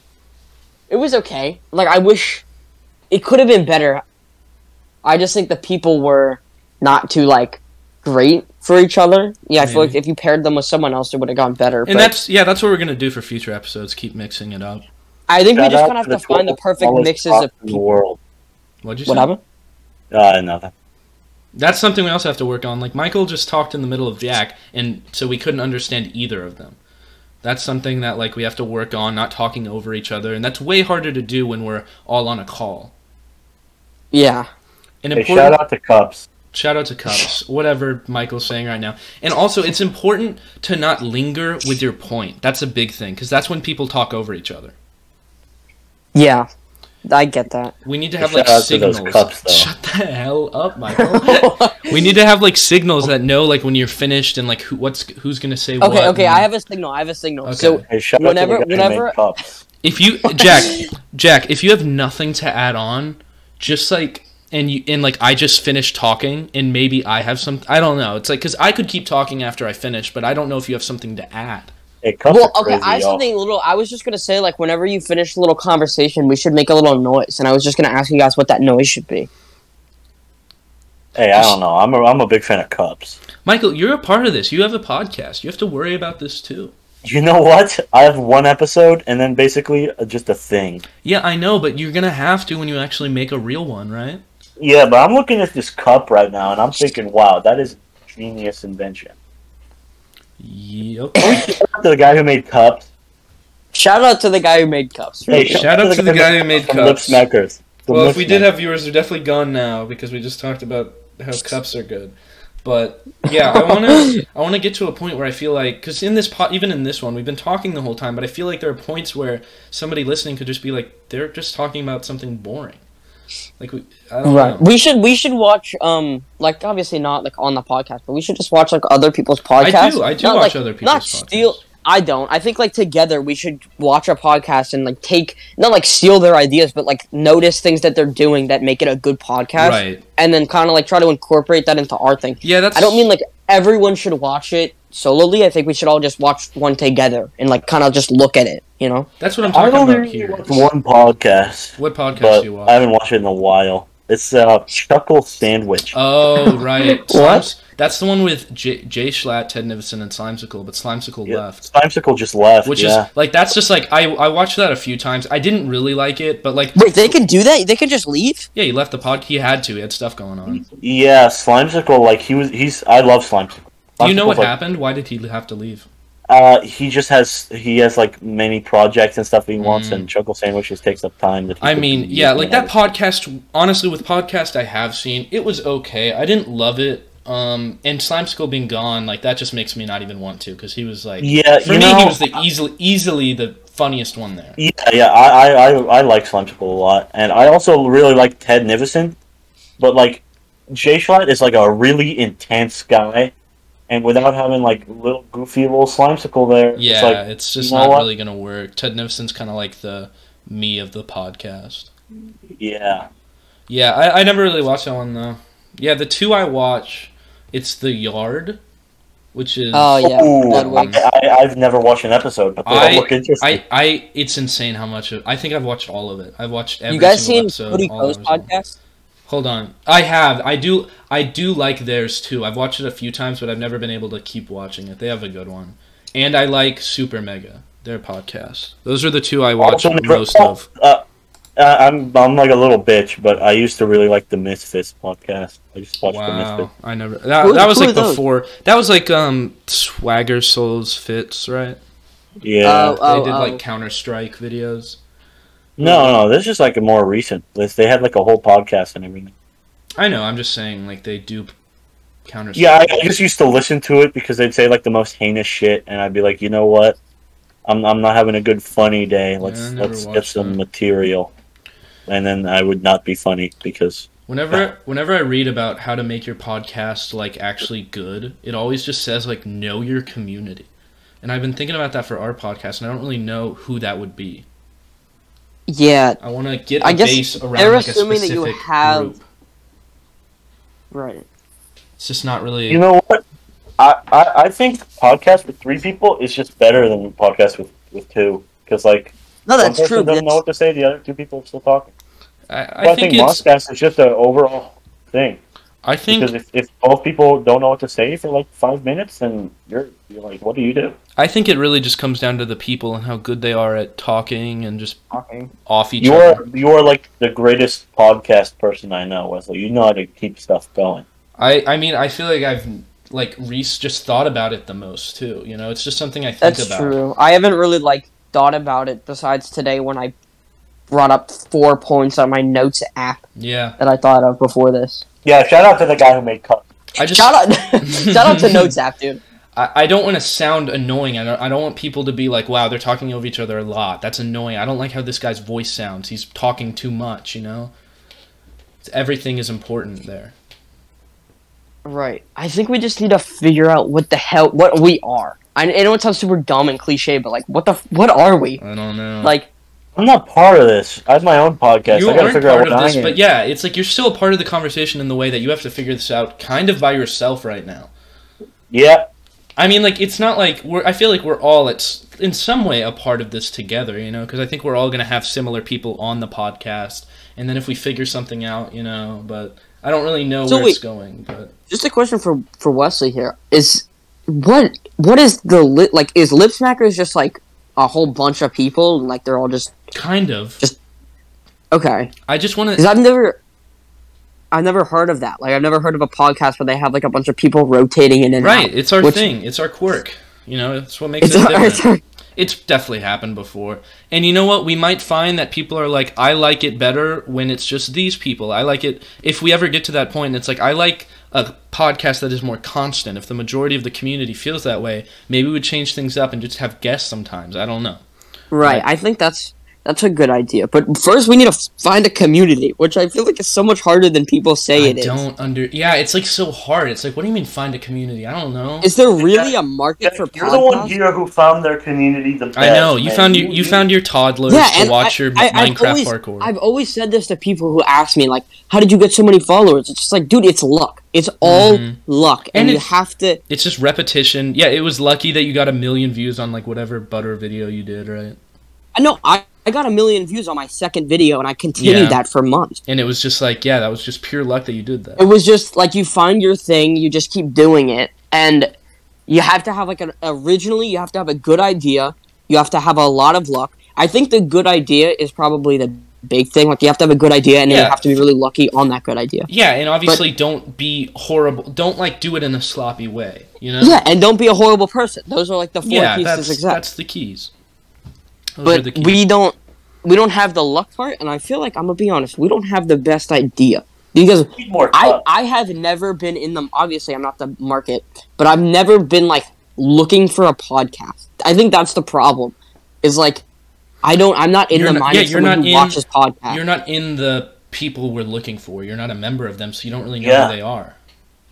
It was okay. Like I wish it could have been better. I just think the people were not too like great for each other. Yeah, I feel
Maybe.
like if you paired them with someone else, it would have gone better.
and that's yeah, that's what we're gonna do for future episodes. Keep mixing it up.
I think we
Shout
just
out
kind of
the
have to find the
12
perfect
smallest
mixes
cops
of
in the
people.
world.
What'd you say?
What happened?
Uh, nothing.
That's something we also have to work on. Like Michael just talked in the middle of Jack, and so we couldn't understand either of them. That's something that like we have to work on, not talking over each other, and that's way harder to do when we're all on a call.
Yeah.
An
Hey,
important
shout out to Cubs.
Shout out to Cups, whatever Michael's saying right now. And also, it's important to not linger with your point. That's a big thing, because that's when people talk over each other.
Yeah, I get that.
We need to have,
Shout
like,
out to those
signals.
Cups, though.
Shut the hell up, Michael. we need to have, like, signals that know, like, when you're finished and, like, who, what's who's going to say what.
okay, okay,
and-
I have a signal. I have a signal.
Okay.
So
Hey, shout
Whenever-
out to the guy who
whenever-
made Cubs.
If you Jack, Jack, if you have nothing to add on, just like and you and like I just finished talking and maybe I have some I don't know. It's like cuz I could keep talking after I finish, but I don't know if you have something to add.
It comes
Well,
to
okay,
crazy,
I have
y'all.
something a little. I was just gonna say, like, whenever you finish a little conversation, we should make a little noise, and I was just gonna ask you guys what that noise should be.
Hey, I don't know. I'm a, I'm a big fan of cups.
Michael, you're a part of this. You have a podcast. You have to worry about this too.
You know what? I have one episode and then basically uh, just a thing.
Yeah, I know, but you're gonna have to when you actually make a real one, right?
Yeah, but I'm looking at this cup right now and I'm thinking, wow, that is a genius invention.
Yep.
the guy who made cups.
Shout out to the guy who made cups.
Hey,
shout out to the guy who made
from
cups.
Lip Smackers. From
Well,
Lip
if we did
Smackers.
have viewers, they're definitely gone now because we just talked about how cups are good. But yeah, I want to I want to get to a point where I feel like because in this pot, even in this one, we've been talking the whole time, but I feel like there are points where somebody listening could just be like, they're just talking about something boring. Like we, I don't
Right.
know.
We should we should watch um like obviously not like on the podcast, but we should just watch like other people's podcasts.
I do. I do
Not,
watch
like-
other people's
Not steal.
podcasts.
I don't. I think like together we should watch a podcast and like take not like steal their ideas, but like notice things that they're doing that make it a good podcast,
Right.
and then kind of like try to incorporate that into our thing.
Yeah, that's.
I don't mean like everyone should watch it solely. I think we should all just watch one together and like kind of just look at it. You know.
that's what I'm
I've
talking
only
about here.
watched one podcast,
What podcast
but
do you watch?
I haven't watched it in a while. It's uh, Chuckle Sandwich.
Oh right,
What?
Slimes- That's the one with J- Jay Schlatt, Ted Nivison, and Slimesicle, but Slimesicle
Yeah,
left.
Slimesicle just left.
Which
yeah.
is like that's just like I I watched that a few times. I didn't really like it, but like
Wait, they can do that. They can just leave.
yeah, he left the pod. He had to. He had stuff going on.
yeah, Slimesicle. Like he was. He's. I love Slimesicle.
Do you know
Slimesicle's,
what
like,
happened? Why did he have to leave?
Uh, he just has. He has like many projects and stuff he wants,
Mm.
and Chuckle Sandwich just takes up time. That he
I
could
mean,
be
yeah,
using
like
and
that podcast. Honestly, with podcast, I have seen it was okay. I didn't love it. Um, and Slimesicle being gone, like that, just makes me not even want to because he was like,
Yeah,
for
you
me, he
know-
was the easily easily the funniest one there.
Yeah, yeah, I, I, I, I like Slimesicle a lot, and I also really like Ted Nivison, but like Jay Schlatt is like a really intense guy, and without having like little goofy little Slimesicle there,
Yeah,
it's like
it's just
you know
not
what?
really gonna work. Ted Nivson's kind of like the me of the podcast.
yeah,
Yeah, I, I never really watched that one though. Yeah, the two I watch, it's The Yard, which is
Oh yeah.
Ooh,
Ludwig.
I, I, I've never watched an episode, but they all
I-
look interesting.
I I it's insane how much of, I think I've watched all of it. I've watched every
You guys
single
seen
episode.
Cody
all
Co's
of them.
podcast?
Hold on, I have I do I do like theirs too. I've watched it a few times, but I've never been able to keep watching it. They have a good one, and I like Super Mega, their podcast. Those are the two I watch
Also never-
most of.
uh, I'm, I'm like a little bitch, but I used to really like the Misfits podcast. I just watched the
Wow,
Misfits.
I never that,
Who-
that was
who
like
are those?
before that was like um Swagger Souls Fits right.
Yeah,
Oh,
they did like Counter Strike videos.
no, no, this is just like a more recent. This they had like a whole podcast and everything.
I know. I'm just saying, like they do Counter.
Yeah, I, I just used to listen to it because they'd say like the most heinous shit, and I'd be like, you know what? I'm I'm not having a good funny day.
I
Let's
never
let's get
watched
some
that.
material, and then I would not be funny because
whenever whenever I read about how to make your podcast like actually good, it always just says like know your community, and I've been thinking about that for our podcast, and I don't really know who that would be.
Yeah.
I want to get a
I guess
base around
they're
like a
assuming that
specific
you have-
group.
Right.
It's just not really.
you know what? I, I, I think podcast with three people is just better than podcast with, with two because like
No,
one
that's
person
true. but
doesn't know
it's-
what to say, the other two people are still talking.
I, I,
But I,
think,
think,
it's.
podcast is just an overall thing
I think
because if, if both people don't know what to say for like five minutes, then you're you're like, what do you do?
I think it really just comes down to the people and how good they are at talking and just off each
You
other.
are you are like the greatest podcast person I know, Wesley. You know how to keep stuff going.
I I mean I feel like I've like Reese just thought about it the most too. You know, it's just something I think
That's
about.
true. I haven't really like thought about it besides today when I brought up four points on my notes app
Yeah,
that I thought of before this.
Yeah, shout out to the guy who made cups.
I just
shout out, shout out to notes app, dude.
I, I don't want to sound annoying. I don't, I don't want people to be like, wow, they're talking over each other a lot. That's annoying. I don't like how this guy's voice sounds. He's talking too much. You know, It's- everything is important there.
Right. I think we just need to figure out what the hell what we are. I, I know it sounds super dumb and cliche, but like, what the f- what are we?
I don't know.
Like,
I'm not part of this. I have my own podcast.
you
I gotta
aren't
figure out
part
what
of
I
this,
am.
but yeah, it's like you're still a part of the conversation in the way that you have to figure this out kind of by yourself right now.
yeah,
I mean, like it's not like we're. I feel like we're all at s- in some way a part of this together, you know, because I think we're all gonna have similar people on the podcast, and then if we figure something out, you know, but I don't really know
So
where it's
wait.
going. But
Just a question for for Wesley here is what what is the li- like is Lip Smackers just like a whole bunch of people and like they're all just
kind of,
Just- okay
I just want
because
to.
I've never I've never heard of that like I've never heard of a podcast where they have like a bunch of people rotating in and
Right,
out.
it's our
Which-
thing. It's our quirk. You know, it's what makes
It's,
it
our-
different.
it's our-
It's definitely happened before. And you know what? We might find that people are like, I like it better when it's just these people. I like it if we ever get to that point, it's like I like a podcast that is more constant. If the majority of the community feels that way, maybe we change things up and just have guests sometimes. I don't know.
Right. I think that's that's a good idea. But first, we need to f- find a community, which I feel like is so much harder than people say
I
it is.
don't under Yeah, it's like so hard. It's like what do you mean find a community? I don't know.
Is there really a market for
You're the one
podcasts?
here who found their community the best.
I know. You
man.
found your, you found your toddlers
yeah,
to
and
watch
I,
your
I, I've
Minecraft
always,
parkour.
I've always said this to people who ask me, like, "How did you get so many followers?" It's just like, dude, it's luck. It's all luck,
Mm-hmm. And
and, you
it's-
have to.
it's just repetition. Yeah, it was lucky that you got a million views on like whatever butter video you did, right?
I know. I, I got a million views on my second video, and I continued
Yeah.
that for months.
And it was just like, yeah, that was just pure luck that you did that.
it was just like you find your thing you just keep doing it and you have to have like an originally you have to have a good idea you have to have a lot of luck i think the good idea is probably the big thing like you have to have a good idea and then
Yeah.
you have to be really lucky on that good idea
Yeah, and obviously don't be horrible. Don't like do it in a sloppy way, you know?
yeah and don't be a horrible person those are like the four
Yeah,
pieces
that's
exact
that's the keys. Those are
but
the keys.
we don't we don't have the luck part and i feel like i'm gonna be honest we don't have the best idea because
You need more
I,
cup.
I have never been in the obviously I'm not the market, but I've never been like looking for a podcast. I think that's the problem. Is like I don't I'm not in
You're
the
not-
mind
yeah,
of
you're
someone
not
who
in-
watches podcasts.
You're not in the people we're looking for. You're not a member of them, so you don't really know
Yeah.
who they are.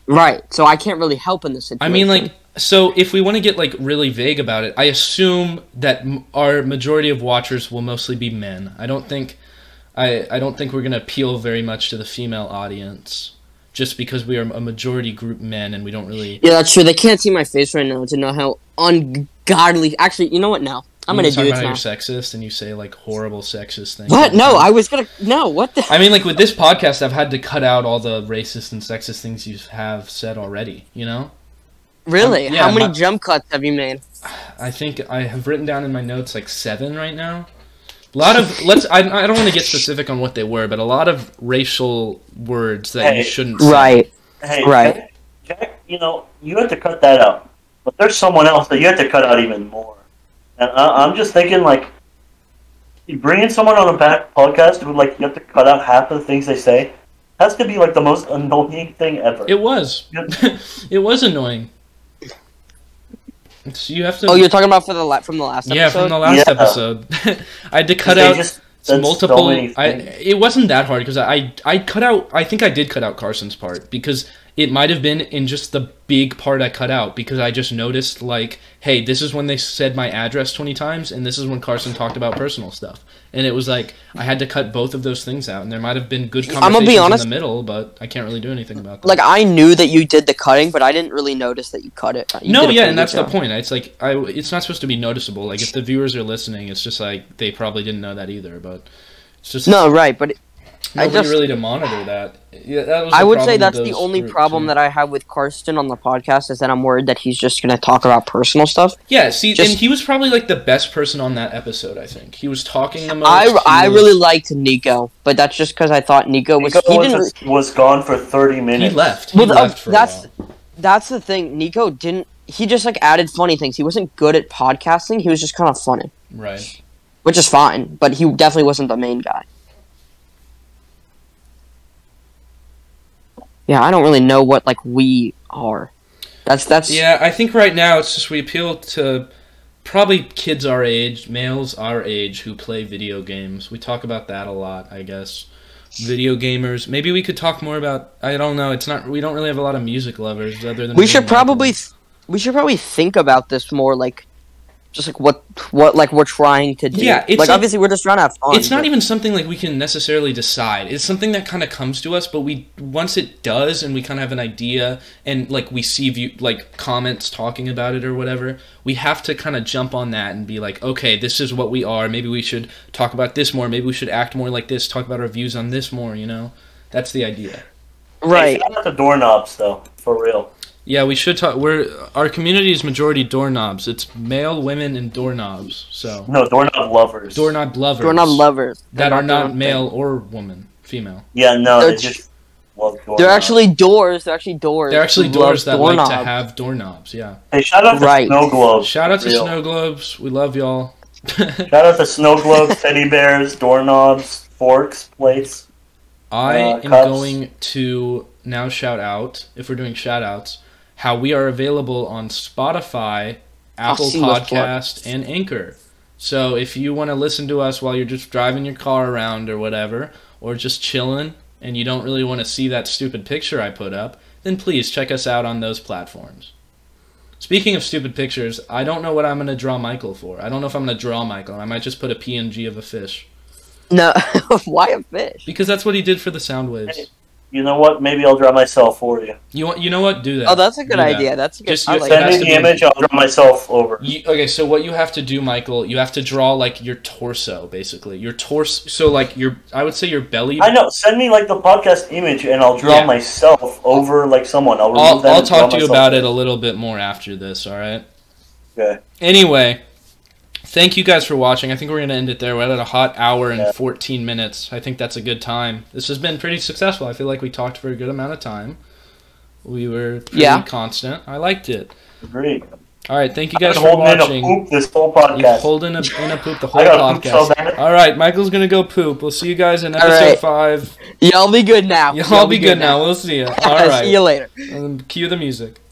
Right. So I can't really help in this
I
situation.
mean, like, so if we want to get like really vague about it, I assume that m- our majority of watchers will mostly be men. I don't think, I I don't think we're gonna appeal very much to the female audience, just because we are a majority group men and we don't really.
Yeah, that's true. They can't see my face right now to know how ungodly actually you know what now? I'm
You
gonna
talk
do it
about how
now.
You're sexist and you say like horrible sexist things. all
What?
the
No,
time.
I was gonna no, what the
I mean, like with this podcast, I've had to cut out all the racist and sexist things you have said already. You know.
Really?
yeah,
how many
my-
jump cuts have you made?
I think I have written down in my notes like seven right now. A lot of let's. I, I don't want to get specific on what they were, but a lot of racial words that you
Hey.
shouldn't. say.
Right.
Hey,
Right.
Jack, Jack, you know, you have to cut that out. But there's someone else that you have to cut out even more. And I, I'm just thinking, like, you bring in someone on a back podcast who, like, you have to cut out half of the things they say. Has to be like the most annoying thing ever.
It was.
Yep.
it was annoying. So you have to.
Oh, you're talking about for the la- from the last
yeah,
episode?
from the last
Yeah.
episode, I had to cut
They
out
just- that's so
multiple.
many
I
things.
it wasn't that hard because I, I I cut out. I think I did cut out Carson's part because it might have been in just the big part I cut out because I just noticed like, hey, this is when they said my address twenty times, and this is when Carson talked about personal stuff, and it was like I had to cut both of those things out, and there might have been good
gonna
conversations
be honest-
in the middle, but I can't really do anything about that.
like I knew that you did the cutting, but I didn't really notice that you cut it. You
no,
did a
yeah,
pretty
and that's
good
the
job.
point. It's like I, it's not supposed to be noticeable. Like if the viewers are listening, it's just like they probably didn't know that either. But it's just
No, right, but I
nobody
just-
really to monitor that. Yeah, that was
I
the
would say
problem
that's
with
the
those
only
groups,
problem
yeah.
that I have with Karsten on the podcast is that I'm worried that he's just gonna talk about personal stuff.
Yeah, see,
Just-
and he was probably like the best person on that episode. I think he was talking the most.
I, I
he was-
really liked Nico, but that's just because I thought Nico was
Nico
he
was,
didn't. re-
was gone for 30
he
minutes.
left. He
well, uh,
left for a
that's
while.
that's the thing. Nico didn't. He just like added funny things. He wasn't good at podcasting. He was just kind of funny,
right.
which is fine. But he definitely wasn't the main guy. Yeah, I don't really know what like we are. That's that's
Yeah, I think right now it's just we appeal to probably kids our age, males our age who play video games. We talk about that a lot, I guess. Video gamers. Maybe we could talk more about. I don't know. It's not. We don't really have a lot of music lovers other than. me
we
and
should
Michael.
probably th- we should probably think about this more like just like what what like we're trying to do.
Yeah, it's
like
like-
obviously we're just trying to have fun.
it's not
but-
even something like we can necessarily decide. It's something that kind of comes to us, but we once it does, and we kind of have an idea, and like we see view like comments talking about it or whatever, we have to kind of jump on that and be like, okay, this is what we are. Maybe we should talk about this more. Maybe we should act more like this. Talk about our views on this more. You know, that's the idea.
right.
Shout out to doorknobs though, for real.
Yeah, we should talk. We're our community is majority doorknobs. It's male, women, and doorknobs. So
No, doorknob lovers.
doorknob lovers.
We're not lovers. They're
that are
their
not
own
male or woman, female.
Yeah, no,
They're
they
tr-
just love
thing.
doorknobs.
They're actually doors. They're actually doors.
They're actually
We
doors that
love
like to
doorknobs.
have doorknobs. Yeah.
Hey, shout out to
Right.
snow globes.
Shout out to
Real.
Snow Globes. We love y'all.
Shout out to snow globes, teddy bears, doorknobs, forks, plates.
I
Uh,
am
cups.
going to now shout out, if we're doing shout outs, how we are available on Spotify, Apple
see what's what.
Podcast, and Anchor. So if you want to listen to us while you're just driving your car around or whatever, or just chilling, and you don't really want to see that stupid picture I put up, then please check us out on those platforms. Speaking of stupid pictures, I don't know what I'm going to draw Michael for. I don't know if I'm going to draw Michael. I might just put a PNG of a fish.
No, why a fish?
Because that's what he did for the sound waves.
You know what? Maybe I'll draw myself for you.
You want, you know what? Do that.
Oh, that's a good
Do that.
idea. That's a good.
Just
I
use
like
that
that.
has
Send me
to
the
be-
image. I'll draw myself over.
You, okay, so what you have to do, Michael, you have to draw like your torso, basically. Your torso. So like your, I would say your belly.
I know. Send me like the podcast image, and I'll draw
Yeah.
myself over like someone. I'll remove
I'll,
that
I'll
and draw
talk to you
myself.
about it a little bit more after this. All right.
Okay.
Anyway, thank you guys for watching. I think we're gonna end it there. We're at a hot hour and
Yeah.
14 minutes. I think that's a good time. This has been pretty successful. I feel like we talked for a good amount of time. We were pretty
Yeah.
constant. I liked it.
Agreed.
All right, thank you guys
I've been
for
holding in a
watching.
poop this whole
You
podcast.
holding a, in a poop the whole
gotta poop so
podcast.
bad.
All right, Michael's gonna go poop. We'll see you guys in
All
episode
right.
five.
Y'all be good now.
Y'all be good now. We'll see you. All
See you
right,
later.
um, cue the music.